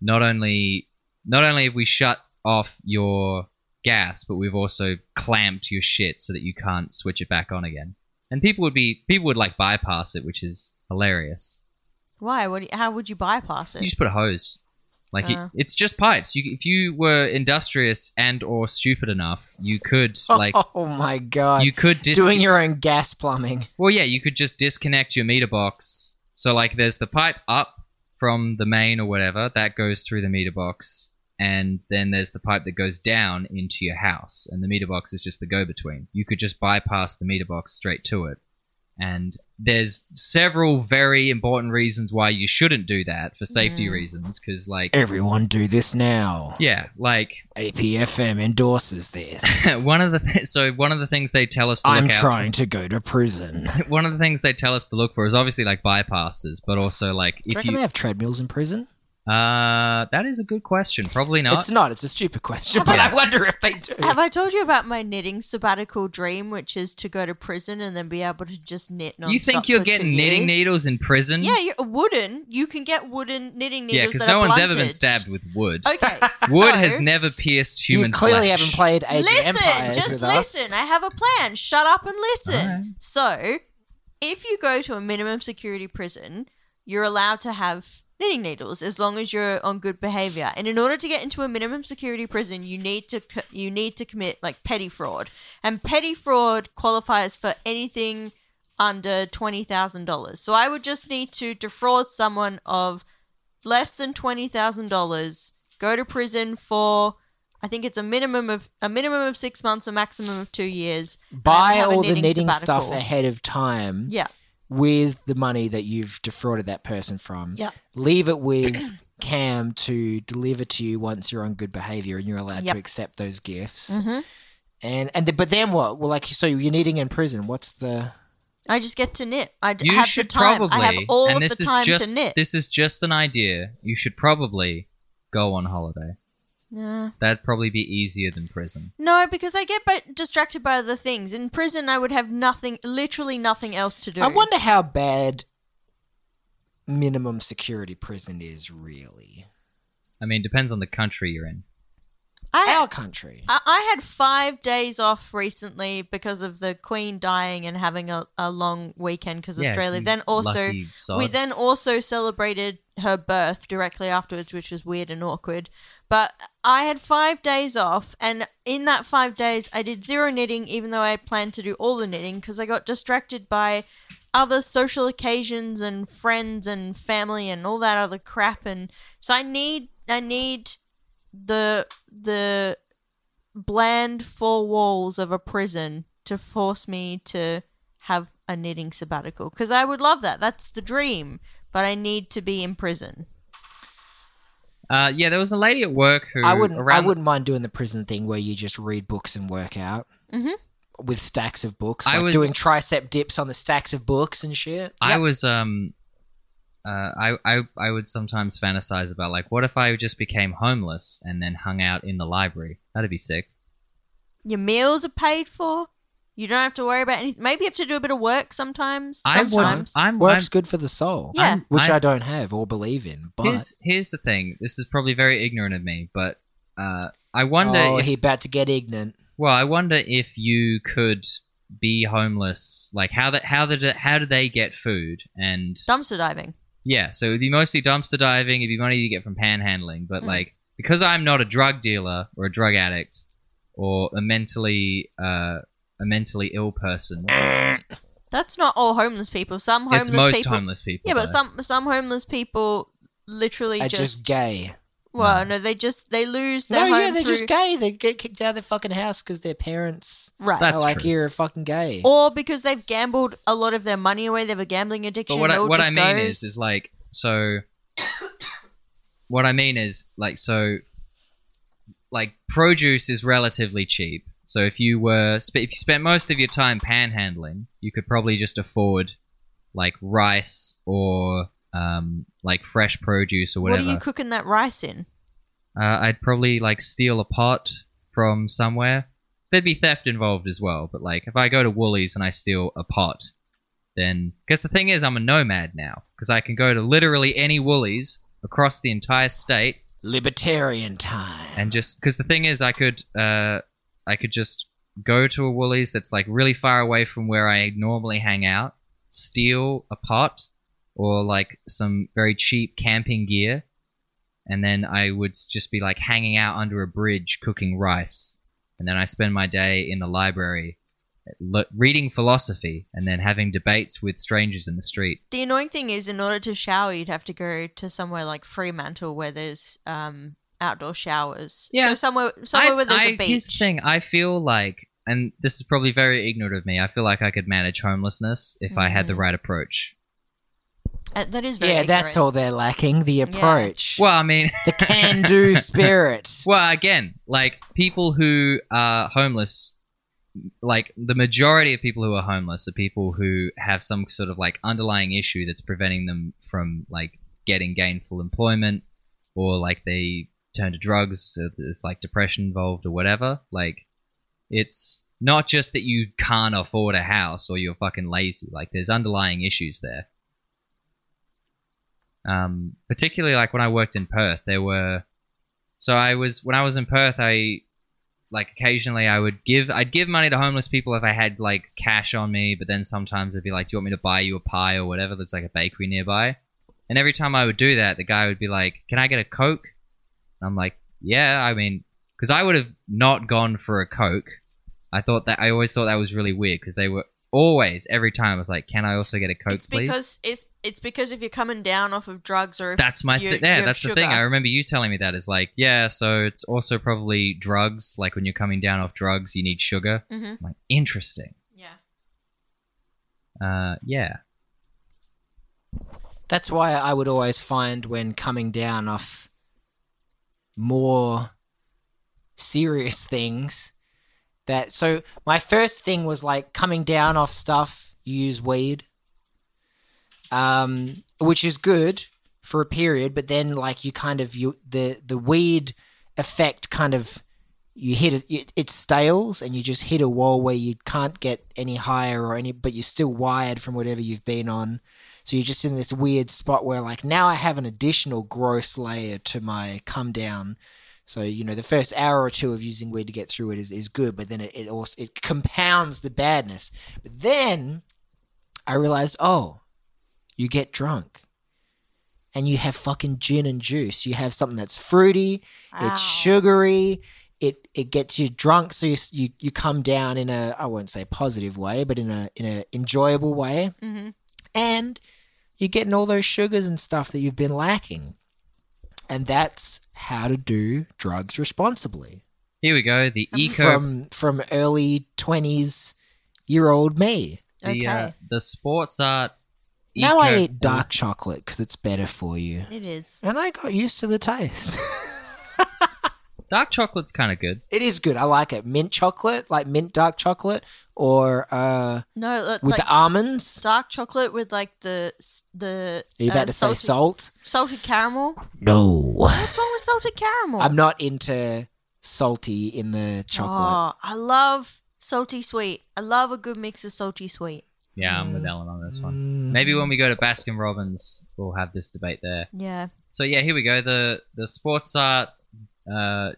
Speaker 2: not only not only have we shut off your gas, but we've also clamped your shit so that you can't switch it back on again. And people would be people would like bypass it, which is hilarious.
Speaker 3: Why? What? do you- how would you bypass it?
Speaker 2: You just put a hose. Like you-
Speaker 3: Uh.
Speaker 2: it's just pipes. You, if you were industrious and or stupid enough, you could like
Speaker 1: oh my god,
Speaker 2: you could dis-
Speaker 1: doing your own gas plumbing.
Speaker 2: Well, yeah, you could just disconnect your meter box. So, like, there's the pipe up from the main or whatever that goes through the meter box, and then there's the pipe that goes down into your house, and the meter box is just the go between. You could just bypass the meter box straight to it. And there's several very important reasons why you shouldn't do that for safety
Speaker 3: Mm.
Speaker 2: reasons, because, like,
Speaker 1: Everyone do this now.
Speaker 2: yeah, like,
Speaker 1: APFM endorses this.
Speaker 2: one of the th- so one of the things they tell us to
Speaker 1: I'm
Speaker 2: look out
Speaker 1: trying to go to prison.
Speaker 2: One of the things they tell us to look for is obviously like bypasses, but also like
Speaker 1: Do you
Speaker 2: if
Speaker 1: reckon
Speaker 2: you
Speaker 1: they have treadmills in prison?
Speaker 2: Uh, that is a good question. Probably not.
Speaker 1: It's not. It's a stupid question, but I wonder if they do.
Speaker 3: Have I told you about my knitting sabbatical dream, which is to go to prison and then be able to just knit nonstop
Speaker 2: you think you're
Speaker 3: for two
Speaker 2: getting knitting
Speaker 3: years?
Speaker 2: needles in prison?
Speaker 3: Yeah, you wooden. You can get wooden knitting
Speaker 2: yeah,
Speaker 3: needles
Speaker 2: because
Speaker 3: that
Speaker 2: no
Speaker 3: are
Speaker 2: one's ever been
Speaker 3: blunted.
Speaker 2: stabbed with wood.
Speaker 3: Okay,
Speaker 2: Wood
Speaker 3: so-
Speaker 2: has never pierced human
Speaker 1: you clearly
Speaker 2: flesh.
Speaker 1: haven't played Age of
Speaker 3: Listen,
Speaker 1: Empires
Speaker 3: just
Speaker 1: with us.
Speaker 3: listen. I have a plan. Shut up and listen. So, if you go to a minimum security prison, you're allowed to have knitting needles as long as you're on good behavior. And in order to get into a minimum security prison, you need to co- you need to commit like petty fraud. And petty fraud qualifies for anything under $20,000. So I would just need to defraud someone of less than $20,000, go to prison for I think it's a minimum of a minimum of 6 months, a maximum of 2 years. and
Speaker 1: Buy
Speaker 3: have a
Speaker 1: all the knitting
Speaker 3: sabbatical.
Speaker 1: stuff ahead of time
Speaker 3: Yeah.
Speaker 1: with the money that you've defrauded that person from.
Speaker 3: Yeah.
Speaker 1: Leave it with Cam to deliver to you once you're on good behavior and you're allowed
Speaker 3: Yep.
Speaker 1: to accept those gifts.
Speaker 3: Mhm.
Speaker 1: And and the, but then what? Well, like so you're knitting in prison. What's the?
Speaker 3: I just get to knit. I d-
Speaker 2: You
Speaker 3: have
Speaker 2: should
Speaker 3: the time.
Speaker 2: probably.
Speaker 3: I have all
Speaker 2: and
Speaker 3: of
Speaker 2: this
Speaker 3: the
Speaker 2: is
Speaker 3: time
Speaker 2: just
Speaker 3: to knit.
Speaker 2: this is just an idea. You should probably go on holiday.
Speaker 3: Nah.
Speaker 2: That'd probably be easier than prison.
Speaker 3: No, because I get by- distracted by other things. In prison, I would have nothing, literally nothing else to do.
Speaker 1: I wonder how bad minimum security prison is really.
Speaker 2: I mean, depends on the country you're in.
Speaker 3: I,
Speaker 1: Our country.
Speaker 3: I, I had five days off recently because of the Queen dying and having a, a long weekend because
Speaker 2: Yeah,
Speaker 3: Australia.
Speaker 2: you
Speaker 3: Then also,
Speaker 2: lucky sod.
Speaker 3: we then also celebrated her birth directly afterwards, which was weird and awkward. But I had five days off, and in that five days, I did zero knitting, even though I had planned to do all the knitting because I got distracted by other social occasions and friends and family and all that other crap. And so I need, I need the the bland four walls of a prison to force me to have a knitting sabbatical because I would love that. That's the dream, but I need to be in prison.
Speaker 2: Uh, yeah, there was a lady at work who
Speaker 1: I wouldn't. I
Speaker 2: around-
Speaker 1: wouldn't mind doing the prison thing where you just read books and work out
Speaker 3: Mm-hmm.
Speaker 1: with stacks of books.
Speaker 2: I
Speaker 1: like
Speaker 2: was-
Speaker 1: doing tricep dips on the stacks of books and shit.
Speaker 2: I was um, uh, I, I I would sometimes fantasize about like, what if I just became homeless and then hung out in the library? That'd be sick.
Speaker 3: Your meals are paid for. You don't have to worry about anything. Maybe you have to do a bit of work sometimes.
Speaker 2: I would-
Speaker 3: Sometimes.
Speaker 2: I'm-
Speaker 1: Works
Speaker 2: I'm-
Speaker 1: good for the soul,
Speaker 3: Yeah. I'm-
Speaker 1: which I,
Speaker 2: I'm-
Speaker 1: don't have or believe in. But
Speaker 2: Here's here's the thing. This is probably very ignorant of me, but uh, I wonder.
Speaker 1: oh,
Speaker 2: if,
Speaker 1: he about to get ignorant.
Speaker 2: well, I wonder if you could be homeless. Like how that how did it- how do they get food and
Speaker 3: Dumpster diving.
Speaker 2: Yeah, so it'd be mostly dumpster diving. It'd be money you get from panhandling. But
Speaker 3: Mm.
Speaker 2: like, because I'm not a drug dealer or a drug addict or a mentally uh, a mentally ill person,
Speaker 3: That's not all homeless people. Some homeless
Speaker 2: it's most
Speaker 3: people.
Speaker 2: homeless people.
Speaker 3: yeah, but
Speaker 2: though.
Speaker 3: some some homeless people literally
Speaker 1: Are
Speaker 3: just,
Speaker 1: just gay.
Speaker 3: well, no, they just they lose
Speaker 1: No,
Speaker 3: their home
Speaker 1: yeah, they're just
Speaker 3: through
Speaker 1: gay. They get kicked out of their fucking house because their parents
Speaker 3: right.
Speaker 1: are
Speaker 2: That's
Speaker 1: like,
Speaker 2: true.
Speaker 1: "You're fucking gay."
Speaker 3: or because they've gambled a lot of their money away. They have a gambling addiction.
Speaker 2: But what
Speaker 3: it
Speaker 2: I,
Speaker 3: all
Speaker 2: what I
Speaker 3: just
Speaker 2: mean
Speaker 3: goes.
Speaker 2: is, is like, so. what I mean is, like, so. Like, produce is relatively cheap. So if you were, sp- if you spent most of your time panhandling, you could probably just afford, like, rice or um, like fresh produce or
Speaker 3: what
Speaker 2: whatever.
Speaker 3: are you cooking that rice in?
Speaker 2: uh, I'd probably like steal a pot from somewhere. There'd be theft involved as well, but like if I go to Woolies and I steal a pot, then because the thing is, I'm a nomad now because I can go to literally any Woolies across the entire state
Speaker 1: Libertarian time.
Speaker 2: and just because the thing is, I could uh, I could just go to a Woolies that's like really far away from where I normally hang out, steal a pot or like some very cheap camping gear, and then I would s- just be like hanging out under a bridge cooking rice, and then I spend my day in the library. le- Reading philosophy and then having debates with strangers in the street.
Speaker 3: The annoying thing is, in order to shower, you'd have to go to somewhere like Fremantle where there's um, outdoor showers.
Speaker 2: Yeah.
Speaker 3: So somewhere, somewhere
Speaker 2: I-
Speaker 3: where there's
Speaker 2: I,
Speaker 3: a beach.
Speaker 2: Here's the thing: I feel like, and this is probably very ignorant of me. I feel like I could manage homelessness if I
Speaker 3: Mm.
Speaker 2: had the right approach.
Speaker 3: Uh, that is very
Speaker 1: Yeah, that's
Speaker 3: ignorant.
Speaker 1: all they're lacking. The approach.
Speaker 2: Well, I mean,
Speaker 1: the can-do spirit.
Speaker 2: well, again, like people who are homeless, like the majority of people who are homeless are people who have some sort of like underlying issue that's preventing them from like getting gainful employment, or like they turn to drugs, so there's like depression involved or whatever. Like, it's not just that you can't afford a house or you're fucking lazy. Like, there's underlying issues there. Um, particularly like when I worked in Perth, there were so I was when I was in Perth, I like occasionally I would give I'd give money to homeless people if I had like cash on me, but then sometimes I'd be like, "Do you want me to buy you a pie or whatever?" That's like a bakery nearby, and every time I would do that, the guy would be like, "Can I get a coke?" And I'm like, "Yeah, I mean, because I would have not gone for a coke. I thought that I always thought that was really weird because they were always every time I was like, "Can I also get a coke,
Speaker 3: It's
Speaker 2: please?"
Speaker 3: because it's it's because if you're coming down off of drugs or if
Speaker 2: that's my
Speaker 3: you-
Speaker 2: th- yeah
Speaker 3: you're
Speaker 2: that's the
Speaker 3: sugar.
Speaker 2: thing i remember you telling me that is like yeah so it's also probably drugs like when you're coming down off drugs you need sugar
Speaker 1: Mm-hmm.
Speaker 3: Mhm.
Speaker 2: I'm like interesting
Speaker 3: yeah.
Speaker 2: uh yeah
Speaker 1: That's why I would always find when coming down off more serious things that so my first thing was like coming down off stuff you use weed um which is good for a period but then like you kind of you the the weed effect kind of you hit it, it it stales and you just hit a wall where you can't get any higher or any but you're still wired from whatever you've been on so you're just in this weird spot where like now i have an additional gross layer to my come down so you know the first hour or two of using weed to get through it is, is good but then it, it also it compounds the badness but then i realized oh you get drunk and you have fucking gin and juice. You have something that's fruity,
Speaker 3: Wow.
Speaker 1: it's sugary, it it gets you drunk, so you, s- you you come down in a I won't say positive way, but in a in a enjoyable way,
Speaker 3: Mm-hmm.
Speaker 1: and you're getting all those sugars and stuff that you've been lacking, and that's how to do drugs responsibly
Speaker 2: Here we go. The eco
Speaker 1: from from early twenties year old me.
Speaker 2: the,
Speaker 3: Okay.
Speaker 2: uh, the sports art.
Speaker 1: now I
Speaker 2: eco-
Speaker 1: eat dark chocolate because it's better for you,
Speaker 3: It is.
Speaker 1: and I got used to the taste.
Speaker 2: Dark chocolate's kind of good.
Speaker 1: It is good. I like it. Mint chocolate, like mint dark chocolate, or uh,
Speaker 3: No, look,
Speaker 1: with
Speaker 3: like
Speaker 1: the almonds.
Speaker 3: dark chocolate with like the s- the.
Speaker 1: Are you about
Speaker 3: uh,
Speaker 1: to
Speaker 3: salted,
Speaker 1: say salt?
Speaker 3: Salted caramel.
Speaker 1: No.
Speaker 3: What's wrong with salted caramel?
Speaker 1: I'm not into salty in the chocolate.
Speaker 3: Oh, I love salty sweet. I love a good mix of salty sweet.
Speaker 2: Yeah, I'm
Speaker 1: Mm.
Speaker 2: with Ellen on this one. Maybe when we go to Baskin Robbins, we'll have this debate there.
Speaker 3: Yeah.
Speaker 2: So yeah, here we go. The the sports art uh,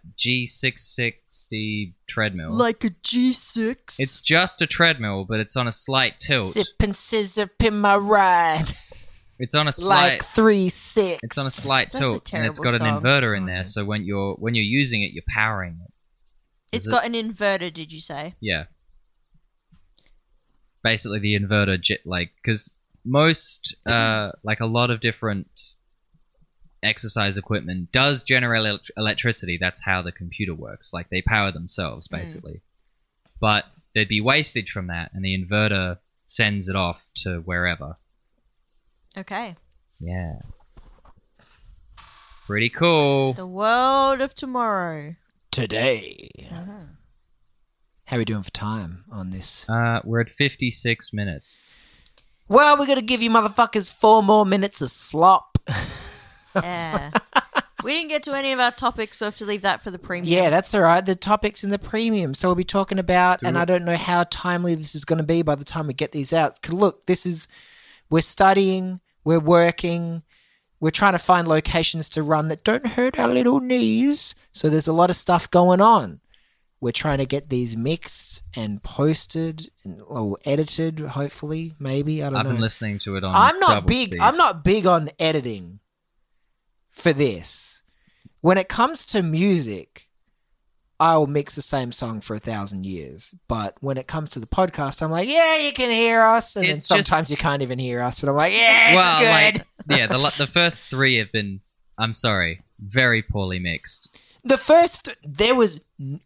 Speaker 2: G660 treadmill.
Speaker 3: Like a G6.
Speaker 2: it's just a treadmill, but it's on a slight tilt.
Speaker 1: Sip and scissor in my ride,
Speaker 2: It's on a slight.
Speaker 1: like three six.
Speaker 2: it's on a slight
Speaker 3: That's a
Speaker 2: tilt, and it's got
Speaker 3: terrible
Speaker 2: an
Speaker 3: song.
Speaker 2: inverter in there. So when you're when you're using it, you're powering it.
Speaker 3: it's
Speaker 2: is it-
Speaker 3: got an inverter, did you say?
Speaker 2: Yeah. Basically, the inverter, j- like, because most, uh, like, a lot of different exercise equipment does generate elec- electricity. That's how the computer works. Like, they power themselves,
Speaker 3: Mm.
Speaker 2: basically. But there'd be wastage from that, and the inverter sends it off to wherever.
Speaker 3: Okay.
Speaker 2: Yeah. Pretty cool.
Speaker 3: The world of tomorrow.
Speaker 1: today.
Speaker 2: Uh-huh.
Speaker 1: How are we doing for time on this?
Speaker 2: Uh, we're at 56 minutes.
Speaker 1: Well, we're gonna give you motherfuckers four more minutes of slop.
Speaker 3: Yeah. we didn't get to any of our topics, so we have to leave that for the premium.
Speaker 1: Yeah, that's all right. The topic's in the premium. So we'll be talking about, and
Speaker 2: it.
Speaker 1: I don't know how timely this is going to be by the time we get these out. 'Cause Look, this is, we're studying, we're working, we're trying to find locations to run that don't hurt our little knees. So there's a lot of stuff going on. We're trying to get these mixed and posted and or edited, hopefully, maybe. I don't
Speaker 2: I've
Speaker 1: know.
Speaker 2: been listening um, to it on.
Speaker 1: I'm not
Speaker 2: double
Speaker 1: big.
Speaker 2: speed.
Speaker 1: I'm not big on editing for this. When it comes to music, I'll mix the same song for a thousand years. But when it comes to the podcast, I'm like, yeah, you can hear us, and
Speaker 2: It's
Speaker 1: then
Speaker 2: just-
Speaker 1: sometimes you can't even hear us. But I'm like, yeah, it's
Speaker 2: well,
Speaker 1: good.
Speaker 2: like yeah, the lo- the first three have been. I'm sorry, very poorly mixed.
Speaker 1: the first there was, n-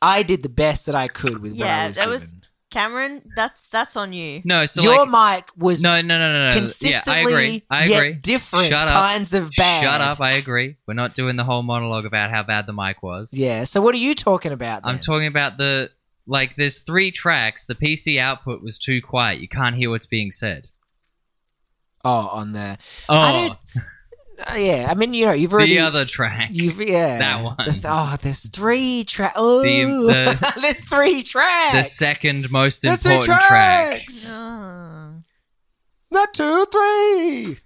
Speaker 1: I did the best that I could with what I
Speaker 3: Yeah,
Speaker 1: was
Speaker 3: that
Speaker 1: given.
Speaker 3: was- Cameron, that's that's on you.
Speaker 2: No, so
Speaker 1: Your
Speaker 2: like
Speaker 1: mic was
Speaker 2: no, no, no, no, no.
Speaker 1: consistently
Speaker 2: yeah, I agree. I
Speaker 1: yet
Speaker 2: agree.
Speaker 1: different
Speaker 2: Shut up.
Speaker 1: kinds of bad.
Speaker 2: Shut up. I agree. We're not doing the whole monologue about how bad the mic was.
Speaker 1: yeah. So what are you talking about?
Speaker 2: I'm
Speaker 1: then?
Speaker 2: talking about the like. There's three tracks. The PC output was too quiet. You can't hear what's being said.
Speaker 1: Oh, on the
Speaker 2: Oh,
Speaker 1: I don't- Uh, yeah, I mean, you know, you've already
Speaker 2: the other track.
Speaker 1: you've yeah
Speaker 2: That one.
Speaker 1: The th- oh, there's three tracks. Oh,
Speaker 2: the-
Speaker 1: there's three tracks.
Speaker 2: the second most
Speaker 1: There's three
Speaker 2: important track.
Speaker 1: tracks.
Speaker 3: Oh,
Speaker 1: Not two, three.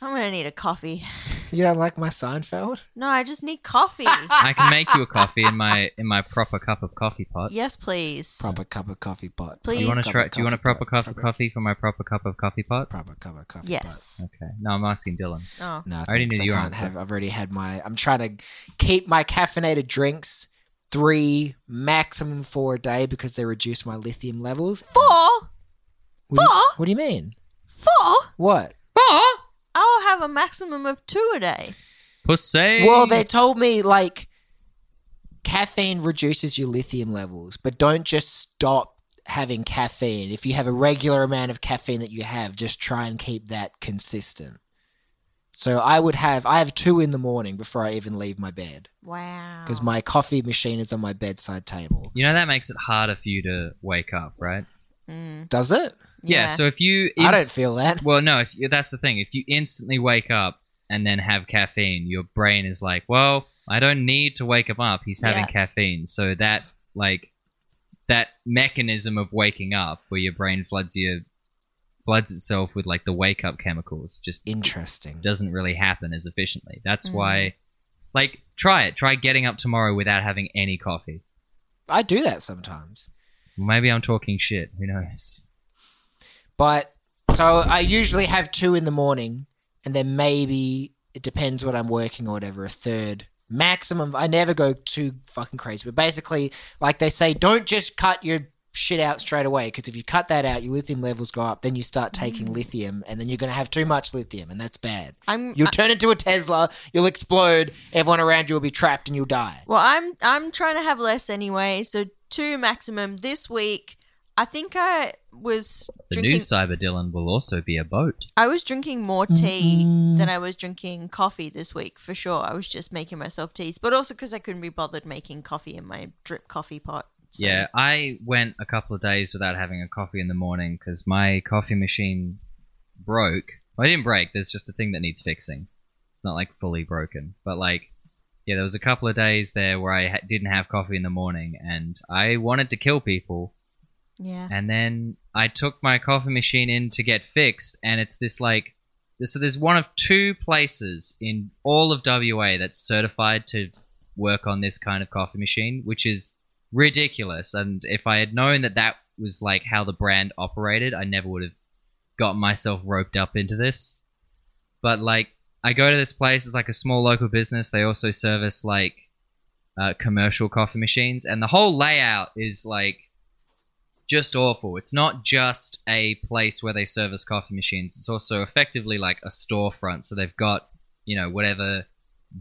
Speaker 3: I'm gonna need a coffee.
Speaker 1: You don't like my Seinfeld?
Speaker 3: No, I just need coffee.
Speaker 2: I can make you a coffee in my in my proper cup of coffee pot.
Speaker 3: yes, please.
Speaker 1: Proper cup of coffee pot.
Speaker 3: Please.
Speaker 2: Do you want
Speaker 1: Proper
Speaker 2: to try?
Speaker 1: cup of
Speaker 2: Do you want a
Speaker 1: coffee
Speaker 2: proper
Speaker 1: pot.
Speaker 2: cup of coffee for my proper cup of coffee pot?
Speaker 1: Proper cup of coffee pot.
Speaker 3: Yes.
Speaker 2: Okay. No, I'm asking Dylan.
Speaker 3: Oh.
Speaker 1: No, I
Speaker 2: already
Speaker 1: already knew
Speaker 2: knew
Speaker 1: I
Speaker 2: your
Speaker 1: can't
Speaker 2: answer.
Speaker 1: have. I've already had my. I'm trying to keep my caffeinated drinks three maximum four a day because they reduce my lithium levels.
Speaker 3: Four?
Speaker 1: What do you-
Speaker 3: Four?
Speaker 1: what do you mean?
Speaker 3: Four?
Speaker 1: What?
Speaker 3: I'll have a maximum of two a day.
Speaker 2: Pussy.
Speaker 1: Well, they told me like caffeine reduces your lithium levels, but don't just stop having caffeine. If you have a regular amount of caffeine that you have, just try and keep that consistent. So I would have I have two in the morning before I even leave my bed
Speaker 3: Wow.
Speaker 1: because my coffee machine is on my bedside table.
Speaker 2: You know that makes it harder for you to wake up, right?
Speaker 3: Mm,
Speaker 1: Does it?
Speaker 2: Yeah. so if you,
Speaker 1: I don't
Speaker 2: inst-
Speaker 1: feel that.
Speaker 2: Well, no. If you, that's the thing, if you instantly wake up and then have caffeine, your brain is like, well, I don't need to wake him up. He's having
Speaker 3: Yeah.
Speaker 2: caffeine. So that like that mechanism of waking up where your brain floods your floods itself with like the wake up chemicals just
Speaker 1: Interesting.
Speaker 2: doesn't really happen as efficiently. That's
Speaker 3: Mm.
Speaker 2: why like try it. Try getting up tomorrow without having any coffee.
Speaker 1: I do that sometimes.
Speaker 2: Maybe I'm talking shit. Who knows?
Speaker 1: But so I usually have two in the morning, and then maybe it depends what I'm working or whatever, a third maximum. I never go too fucking crazy. But basically, like they say, don't just cut your shit out straight away because if you cut that out, your lithium levels go up. Then you start taking lithium, and then you're going to have too much lithium, and that's bad.
Speaker 3: I'm
Speaker 1: You'll turn into a Tesla, you'll explode, everyone around you will be trapped, and you'll die.
Speaker 3: Well, I'm I'm trying to have less anyway, so two maximum this week. I think I was
Speaker 2: The new
Speaker 3: drinking
Speaker 2: Cyber Dylan will also be a boat.
Speaker 3: I was drinking more tea
Speaker 2: Mm-hmm.
Speaker 3: than I was drinking coffee this week for sure. I was just making myself teas, but also cuz I couldn't be bothered making coffee in my drip coffee pot. so-
Speaker 2: Yeah, I went a couple of days without having a coffee in the morning because my coffee machine broke. Well, it didn't break. There's just a thing that needs fixing. It's not like fully broken, but like, yeah, there was a couple of days there where I ha- didn't have coffee in the morning, and I wanted to kill people.
Speaker 3: Yeah.
Speaker 2: And then I took my coffee machine in to get fixed, and it's this like, so there's one of two places in all of WA that's certified to work on this kind of coffee machine, which is ridiculous. And if I had known that that was like how the brand operated, I never would have got myself roped up into this. But like, I go to this place. It's like a small local business. They also service like uh, commercial coffee machines, and the whole layout is like just awful. It's not just a place where they service coffee machines. It's also effectively like a storefront. So they've got you know whatever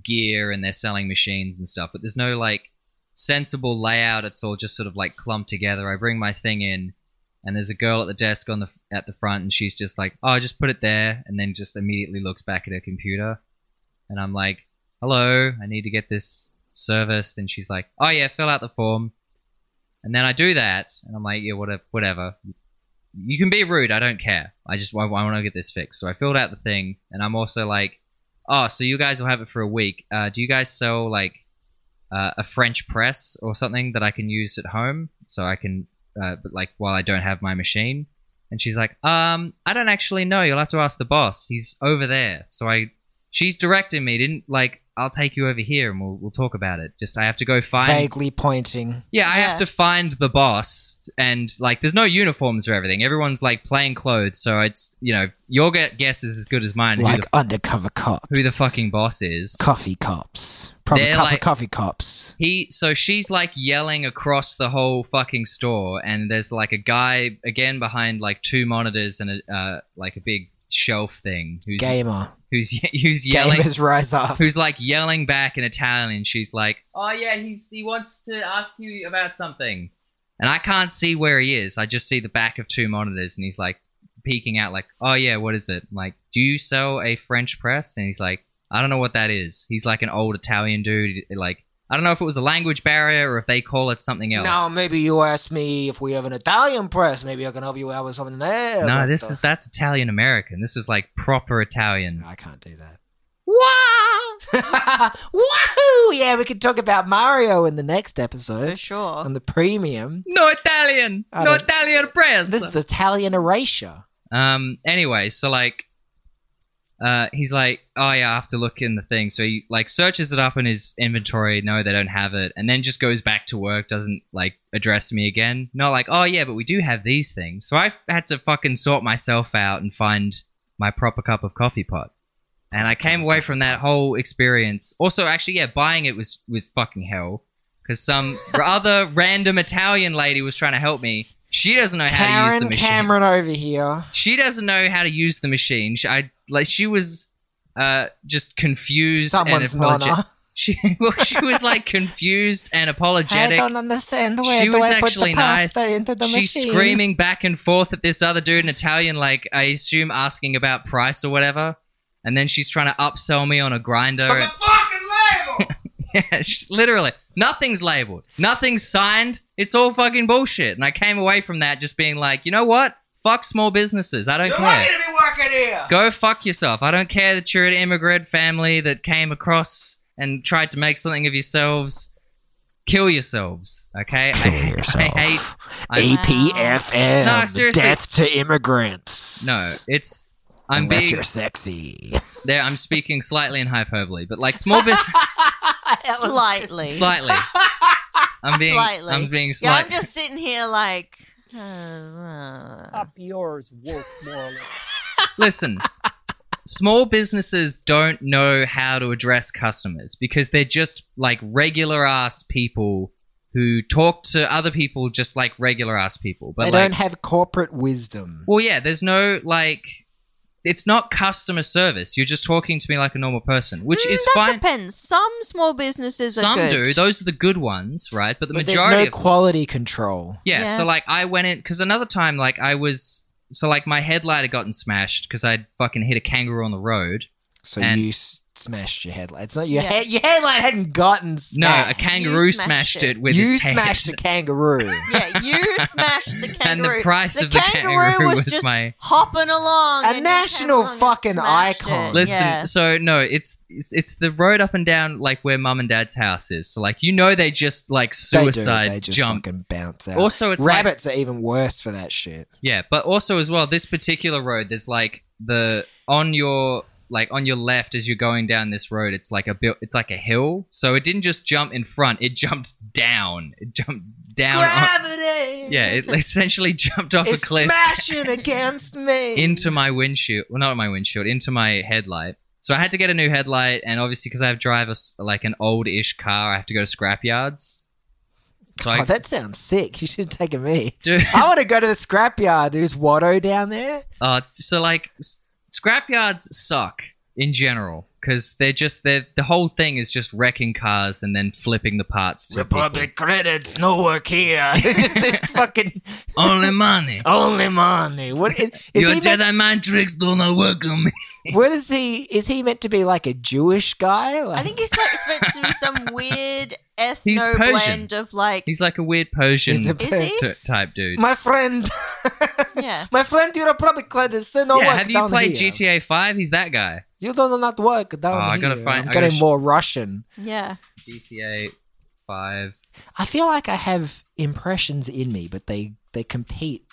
Speaker 2: gear and they're selling machines and stuff. But there's no like sensible layout. It's all just sort of like clumped together. I bring my thing in, and there's a girl at the desk on the at the front, and she's just like, "Oh, just put it there," and then just immediately looks back at her computer, and I'm like, "Hello, I need to get this serviced," and she's like, "Oh yeah, fill out the form." And then I do that, and I'm like, yeah, whatever, whatever. You can be rude, I don't care. I just I, want to get this fixed. So I filled out the thing, and I'm also like, oh, so you guys will have it for a week. Uh, do you guys sell like uh, a French press or something that I can use at home, so I can, uh, but like while I don't have my machine? And she's like, um, I don't actually know. You'll have to ask the boss. He's over there. So I, she's directing me. Didn't like, I'll take you over here and we'll we'll talk about it. Just I have to go find
Speaker 1: Vaguely pointing.
Speaker 2: yeah, I
Speaker 3: Yeah.
Speaker 2: have to find the boss, and like, there's no uniforms for everything. Everyone's like plain clothes, so it's you know your gu- guess is as good as mine.
Speaker 1: Like
Speaker 2: who,
Speaker 1: undercover cops.
Speaker 2: the, who the fucking boss is?
Speaker 1: coffee cops. Probably
Speaker 2: They're
Speaker 1: cup
Speaker 2: like-
Speaker 1: of coffee cops.
Speaker 2: He so she's like yelling across the whole fucking store, and there's like a guy again behind like two monitors and a uh, like a big shelf thing who's
Speaker 1: Gamer.
Speaker 2: who's who's yelling
Speaker 1: Gamers rise up.
Speaker 2: who's like yelling back in Italian. And she's like, "Oh yeah, he's he wants to ask you about something," and I can't see where he is. I just see the back of two monitors, and he's like peeking out, like, "Oh yeah, what is it?" I'm like, "Do you sell a French press?" And he's like, "I don't know what that is." He's like an old Italian dude, like. I don't know if it was a language barrier or if they call it something else.
Speaker 1: Now maybe you ask me if we have an Italian press. Maybe I can help you out with something there.
Speaker 2: no,
Speaker 1: but,
Speaker 2: this
Speaker 1: uh,
Speaker 2: is that's Italian American. This is like proper Italian.
Speaker 1: I can't do that.
Speaker 2: Wow!
Speaker 1: Woohoo! Yeah, we can talk about Mario in the next
Speaker 3: For
Speaker 1: episode
Speaker 3: sure.
Speaker 1: on the premium.
Speaker 2: No Italian,
Speaker 1: I
Speaker 2: no
Speaker 1: don't-
Speaker 2: Italian press.
Speaker 1: This is Italian erasure.
Speaker 2: Um. Anyway, so like, uh, he's like, oh yeah, I have to look in the thing. So he like searches it up in his inventory. No, they don't have it, and then just goes back to work. Doesn't like address me again. Not like, oh yeah, but we do have these things. So I had to fucking sort myself out and find my proper cup of coffee pot. And I came away from that whole experience. Also, actually, yeah, buying it was was fucking hell because some other random Italian lady was trying to help me. She doesn't know how to use the
Speaker 1: Karen
Speaker 2: machine
Speaker 1: Cameron over here.
Speaker 2: she doesn't know how to use the machine. She, I like she was uh just confused.
Speaker 1: Someone's
Speaker 2: and apologetic.
Speaker 1: nonna.
Speaker 2: She well, she was like confused and
Speaker 1: I
Speaker 2: apologetic.
Speaker 1: don't understand where
Speaker 2: She
Speaker 1: do
Speaker 2: was
Speaker 1: I put
Speaker 2: actually
Speaker 1: the pasta
Speaker 2: nice.
Speaker 1: into the
Speaker 2: She's
Speaker 1: machine.
Speaker 2: screaming back and forth at this other dude in Italian, like I assume asking about price or whatever. And then she's trying to upsell me on a grinder.
Speaker 1: From the
Speaker 2: and- yeah, she- literally, nothing's labeled, nothing's signed. It's all fucking bullshit. And I came away from that just being like, you know what? Fuck small businesses. I don't care.
Speaker 1: to be working here.
Speaker 2: Go fuck yourself. I don't care that you're an immigrant family that came across and tried to make something of yourselves, kill yourselves. Okay, I,
Speaker 1: Kill
Speaker 2: I
Speaker 1: yourself.
Speaker 2: hate. I,
Speaker 1: EPFM.
Speaker 2: No, seriously.
Speaker 1: Death to immigrants.
Speaker 2: no, it's. I'm
Speaker 1: Unless
Speaker 2: being
Speaker 1: you're sexy.
Speaker 2: there. I'm speaking slightly in hyperbole, but like small business,
Speaker 3: Slightly.
Speaker 2: slightly. I'm being.
Speaker 3: Slightly.
Speaker 2: I'm being
Speaker 3: Yeah, I'm
Speaker 2: slightly.
Speaker 3: just sitting here like. uh, uh.
Speaker 5: Up yours, woke moralist.
Speaker 2: Listen, small businesses don't know how to address customers because they're just like regular ass people who talk to other people just like regular ass people.
Speaker 1: they
Speaker 2: But like,
Speaker 1: don't have corporate wisdom.
Speaker 2: well, yeah, there's no like, it's not customer service. You're just talking to me like a normal person, which
Speaker 3: Mm,
Speaker 2: is
Speaker 3: that
Speaker 2: fine.
Speaker 3: depends. Some small businesses
Speaker 2: Some
Speaker 3: are good.
Speaker 2: do. Those are the good ones, right? But the
Speaker 1: But there's
Speaker 2: majority
Speaker 1: no
Speaker 2: of
Speaker 1: quality control.
Speaker 2: Yeah,
Speaker 3: Yeah.
Speaker 2: so like I went in because another time like I was so like my headlight had gotten smashed because I'd fucking hit a kangaroo on the road.
Speaker 1: So
Speaker 2: And-
Speaker 1: you s- smashed your headlight. It's not your
Speaker 3: Yeah.
Speaker 1: head. Your headlight hadn't gotten
Speaker 2: No, a
Speaker 1: smashed.
Speaker 2: kangaroo
Speaker 3: smashed
Speaker 2: smashed,
Speaker 3: it.
Speaker 2: it. with
Speaker 1: you
Speaker 2: its head.
Speaker 1: smashed a kangaroo.
Speaker 3: yeah, you smashed the
Speaker 2: And
Speaker 3: kangaroo.
Speaker 2: the price of the
Speaker 3: kangaroo,
Speaker 2: kangaroo
Speaker 3: was,
Speaker 2: was
Speaker 3: just
Speaker 2: my-
Speaker 3: hopping along.
Speaker 1: A
Speaker 3: and you came
Speaker 1: national
Speaker 3: along and
Speaker 1: fucking
Speaker 3: smashed it.
Speaker 1: icon.
Speaker 2: Listen,
Speaker 3: yeah.
Speaker 2: so no, it's, it's it's the road up and down like where mum and dad's house is. So like you know they just like
Speaker 1: They do,
Speaker 2: suicide
Speaker 1: they just
Speaker 2: jump.
Speaker 1: fucking bounce out.
Speaker 2: Also, it's like-
Speaker 1: rabbits are even worse for that shit.
Speaker 2: Yeah, but also as well, this particular road, there's like the on your like on your left as you're going down this road, it's like a built, it's like a hill. So it didn't just jump in front; it jumped down. It jumped down. on-
Speaker 1: Gravity.
Speaker 2: yeah, it essentially jumped off
Speaker 1: It's
Speaker 2: a cliff
Speaker 1: smashing against me.
Speaker 2: into my windshield. Well, not my windshield, into my headlight. So I had to get a new headlight, and obviously because I have drive a s like an old-ish car, I have to go to scrapyards. So I
Speaker 1: oh, that sounds sick. You should have taken me.
Speaker 2: do.
Speaker 1: I want to go to the scrapyard. There's Watto down there.
Speaker 2: Uh, so like s- scrapyards suck in general because they're just they're the whole thing is just wrecking cars and then flipping the parts to
Speaker 1: Republic credits, no work here. it's just fucking
Speaker 2: people. only money.
Speaker 1: only money. What is, is
Speaker 2: Your
Speaker 1: he? Meant,
Speaker 2: Jedi mind tricks do not work on me.
Speaker 1: what is he? Is he meant to be like a Jewish guy? Like,
Speaker 3: I think he's like it's meant to be some weird ethno
Speaker 2: Persian.
Speaker 3: blend of like.
Speaker 2: He's like a weird Persian
Speaker 1: He's a
Speaker 3: Is he?
Speaker 2: t- type dude.
Speaker 1: my friend.
Speaker 3: Yeah.
Speaker 1: my friend, your Republic credits, no
Speaker 2: yeah,
Speaker 1: work
Speaker 2: have you
Speaker 1: down
Speaker 2: played
Speaker 1: here.
Speaker 2: GTA Five? He's that guy.
Speaker 1: You don't not work down
Speaker 2: Oh,
Speaker 1: here.
Speaker 2: I gotta find-
Speaker 1: am
Speaker 2: I gotta
Speaker 1: getting
Speaker 2: sh-
Speaker 1: more Russian.
Speaker 3: Yeah.
Speaker 2: GTA Five.
Speaker 1: I feel like I have impressions in me, but they they compete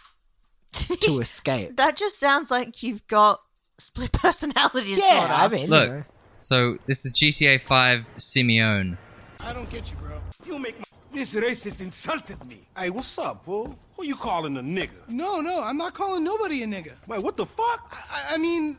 Speaker 1: to escape.
Speaker 3: That just sounds like you've got split personality
Speaker 1: yeah,
Speaker 3: disorder.
Speaker 1: I mean, you
Speaker 2: Look.
Speaker 1: know.
Speaker 2: So this is GTA Five Simeone.
Speaker 6: I don't get you, bro.
Speaker 7: You make my- this racist insulted me.
Speaker 6: Hey, what's up, boo? Who you calling a nigga?
Speaker 7: No, no, I'm not calling nobody a nigga.
Speaker 6: Wait, what the fuck?
Speaker 7: I, I mean,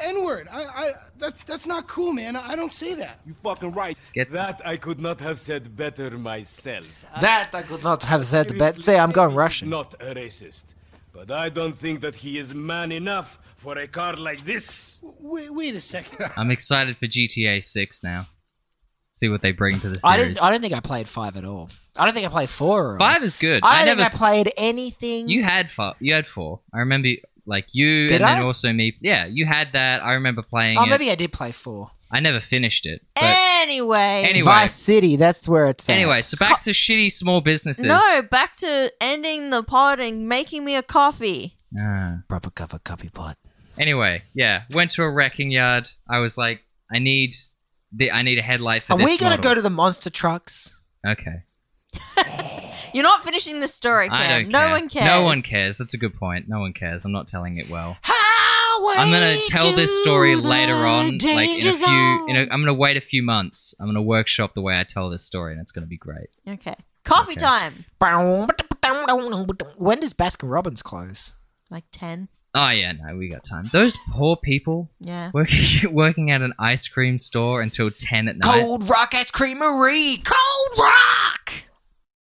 Speaker 7: N word. I, I, that, that's not cool, man. I don't say that.
Speaker 6: You fucking right.
Speaker 2: Get
Speaker 8: That I could not have said better myself.
Speaker 1: that I could not have said. But say, I'm going Russian.
Speaker 8: Not a racist, but I don't think that he is man enough for a car like this.
Speaker 7: Wait, wait a second.
Speaker 2: I'm excited for GTA Six now. See what they bring to the series.
Speaker 1: I don't. I don't think I played five at all. I don't think I played four. At all.
Speaker 2: Five is good.
Speaker 1: I
Speaker 2: I,
Speaker 1: don't
Speaker 2: never
Speaker 1: think I played anything.
Speaker 2: You had four. You had four. I remember, you- like you,
Speaker 1: Did
Speaker 2: and
Speaker 1: I?
Speaker 2: then also me. Yeah, you had that. I remember playing
Speaker 1: oh,
Speaker 2: it.
Speaker 1: maybe Eh. I did play four.
Speaker 2: I never finished it. But
Speaker 3: Anyway.
Speaker 2: Anyway.
Speaker 1: Vice City. That's where it's. at.
Speaker 2: anyway, so back to shitty small businesses.
Speaker 3: No, back to ending the pod and making me a coffee.
Speaker 2: Ah.
Speaker 1: proper cover copy pot.
Speaker 2: anyway, yeah, went to a wrecking yard. I was like, I need the, I need a headlight for
Speaker 1: Are
Speaker 2: this.
Speaker 1: we gonna go
Speaker 2: model.
Speaker 1: to the monster trucks?
Speaker 2: Okay.
Speaker 3: You're not finishing the story, Cam.
Speaker 2: I don't.
Speaker 3: no
Speaker 2: care.
Speaker 3: one cares.
Speaker 2: No one cares. That's a good point. No one cares. I'm not telling it well.
Speaker 1: Highway
Speaker 2: I'm gonna tell this story
Speaker 1: to the
Speaker 2: later on, like in
Speaker 1: danger
Speaker 2: a few. In a,
Speaker 1: zone.
Speaker 2: I'm gonna wait a few months. I'm gonna workshop the way I tell this story, and it's gonna be great.
Speaker 3: Okay. Coffee
Speaker 2: Okay.
Speaker 3: time.
Speaker 1: When does Baskin Robbins close?
Speaker 3: Like 10.
Speaker 2: Oh yeah, no, we got time. Those poor people
Speaker 3: Yeah.
Speaker 2: working working at an ice cream store until ten at night.
Speaker 1: Cold Rock Ice Creamery. Cold Rock.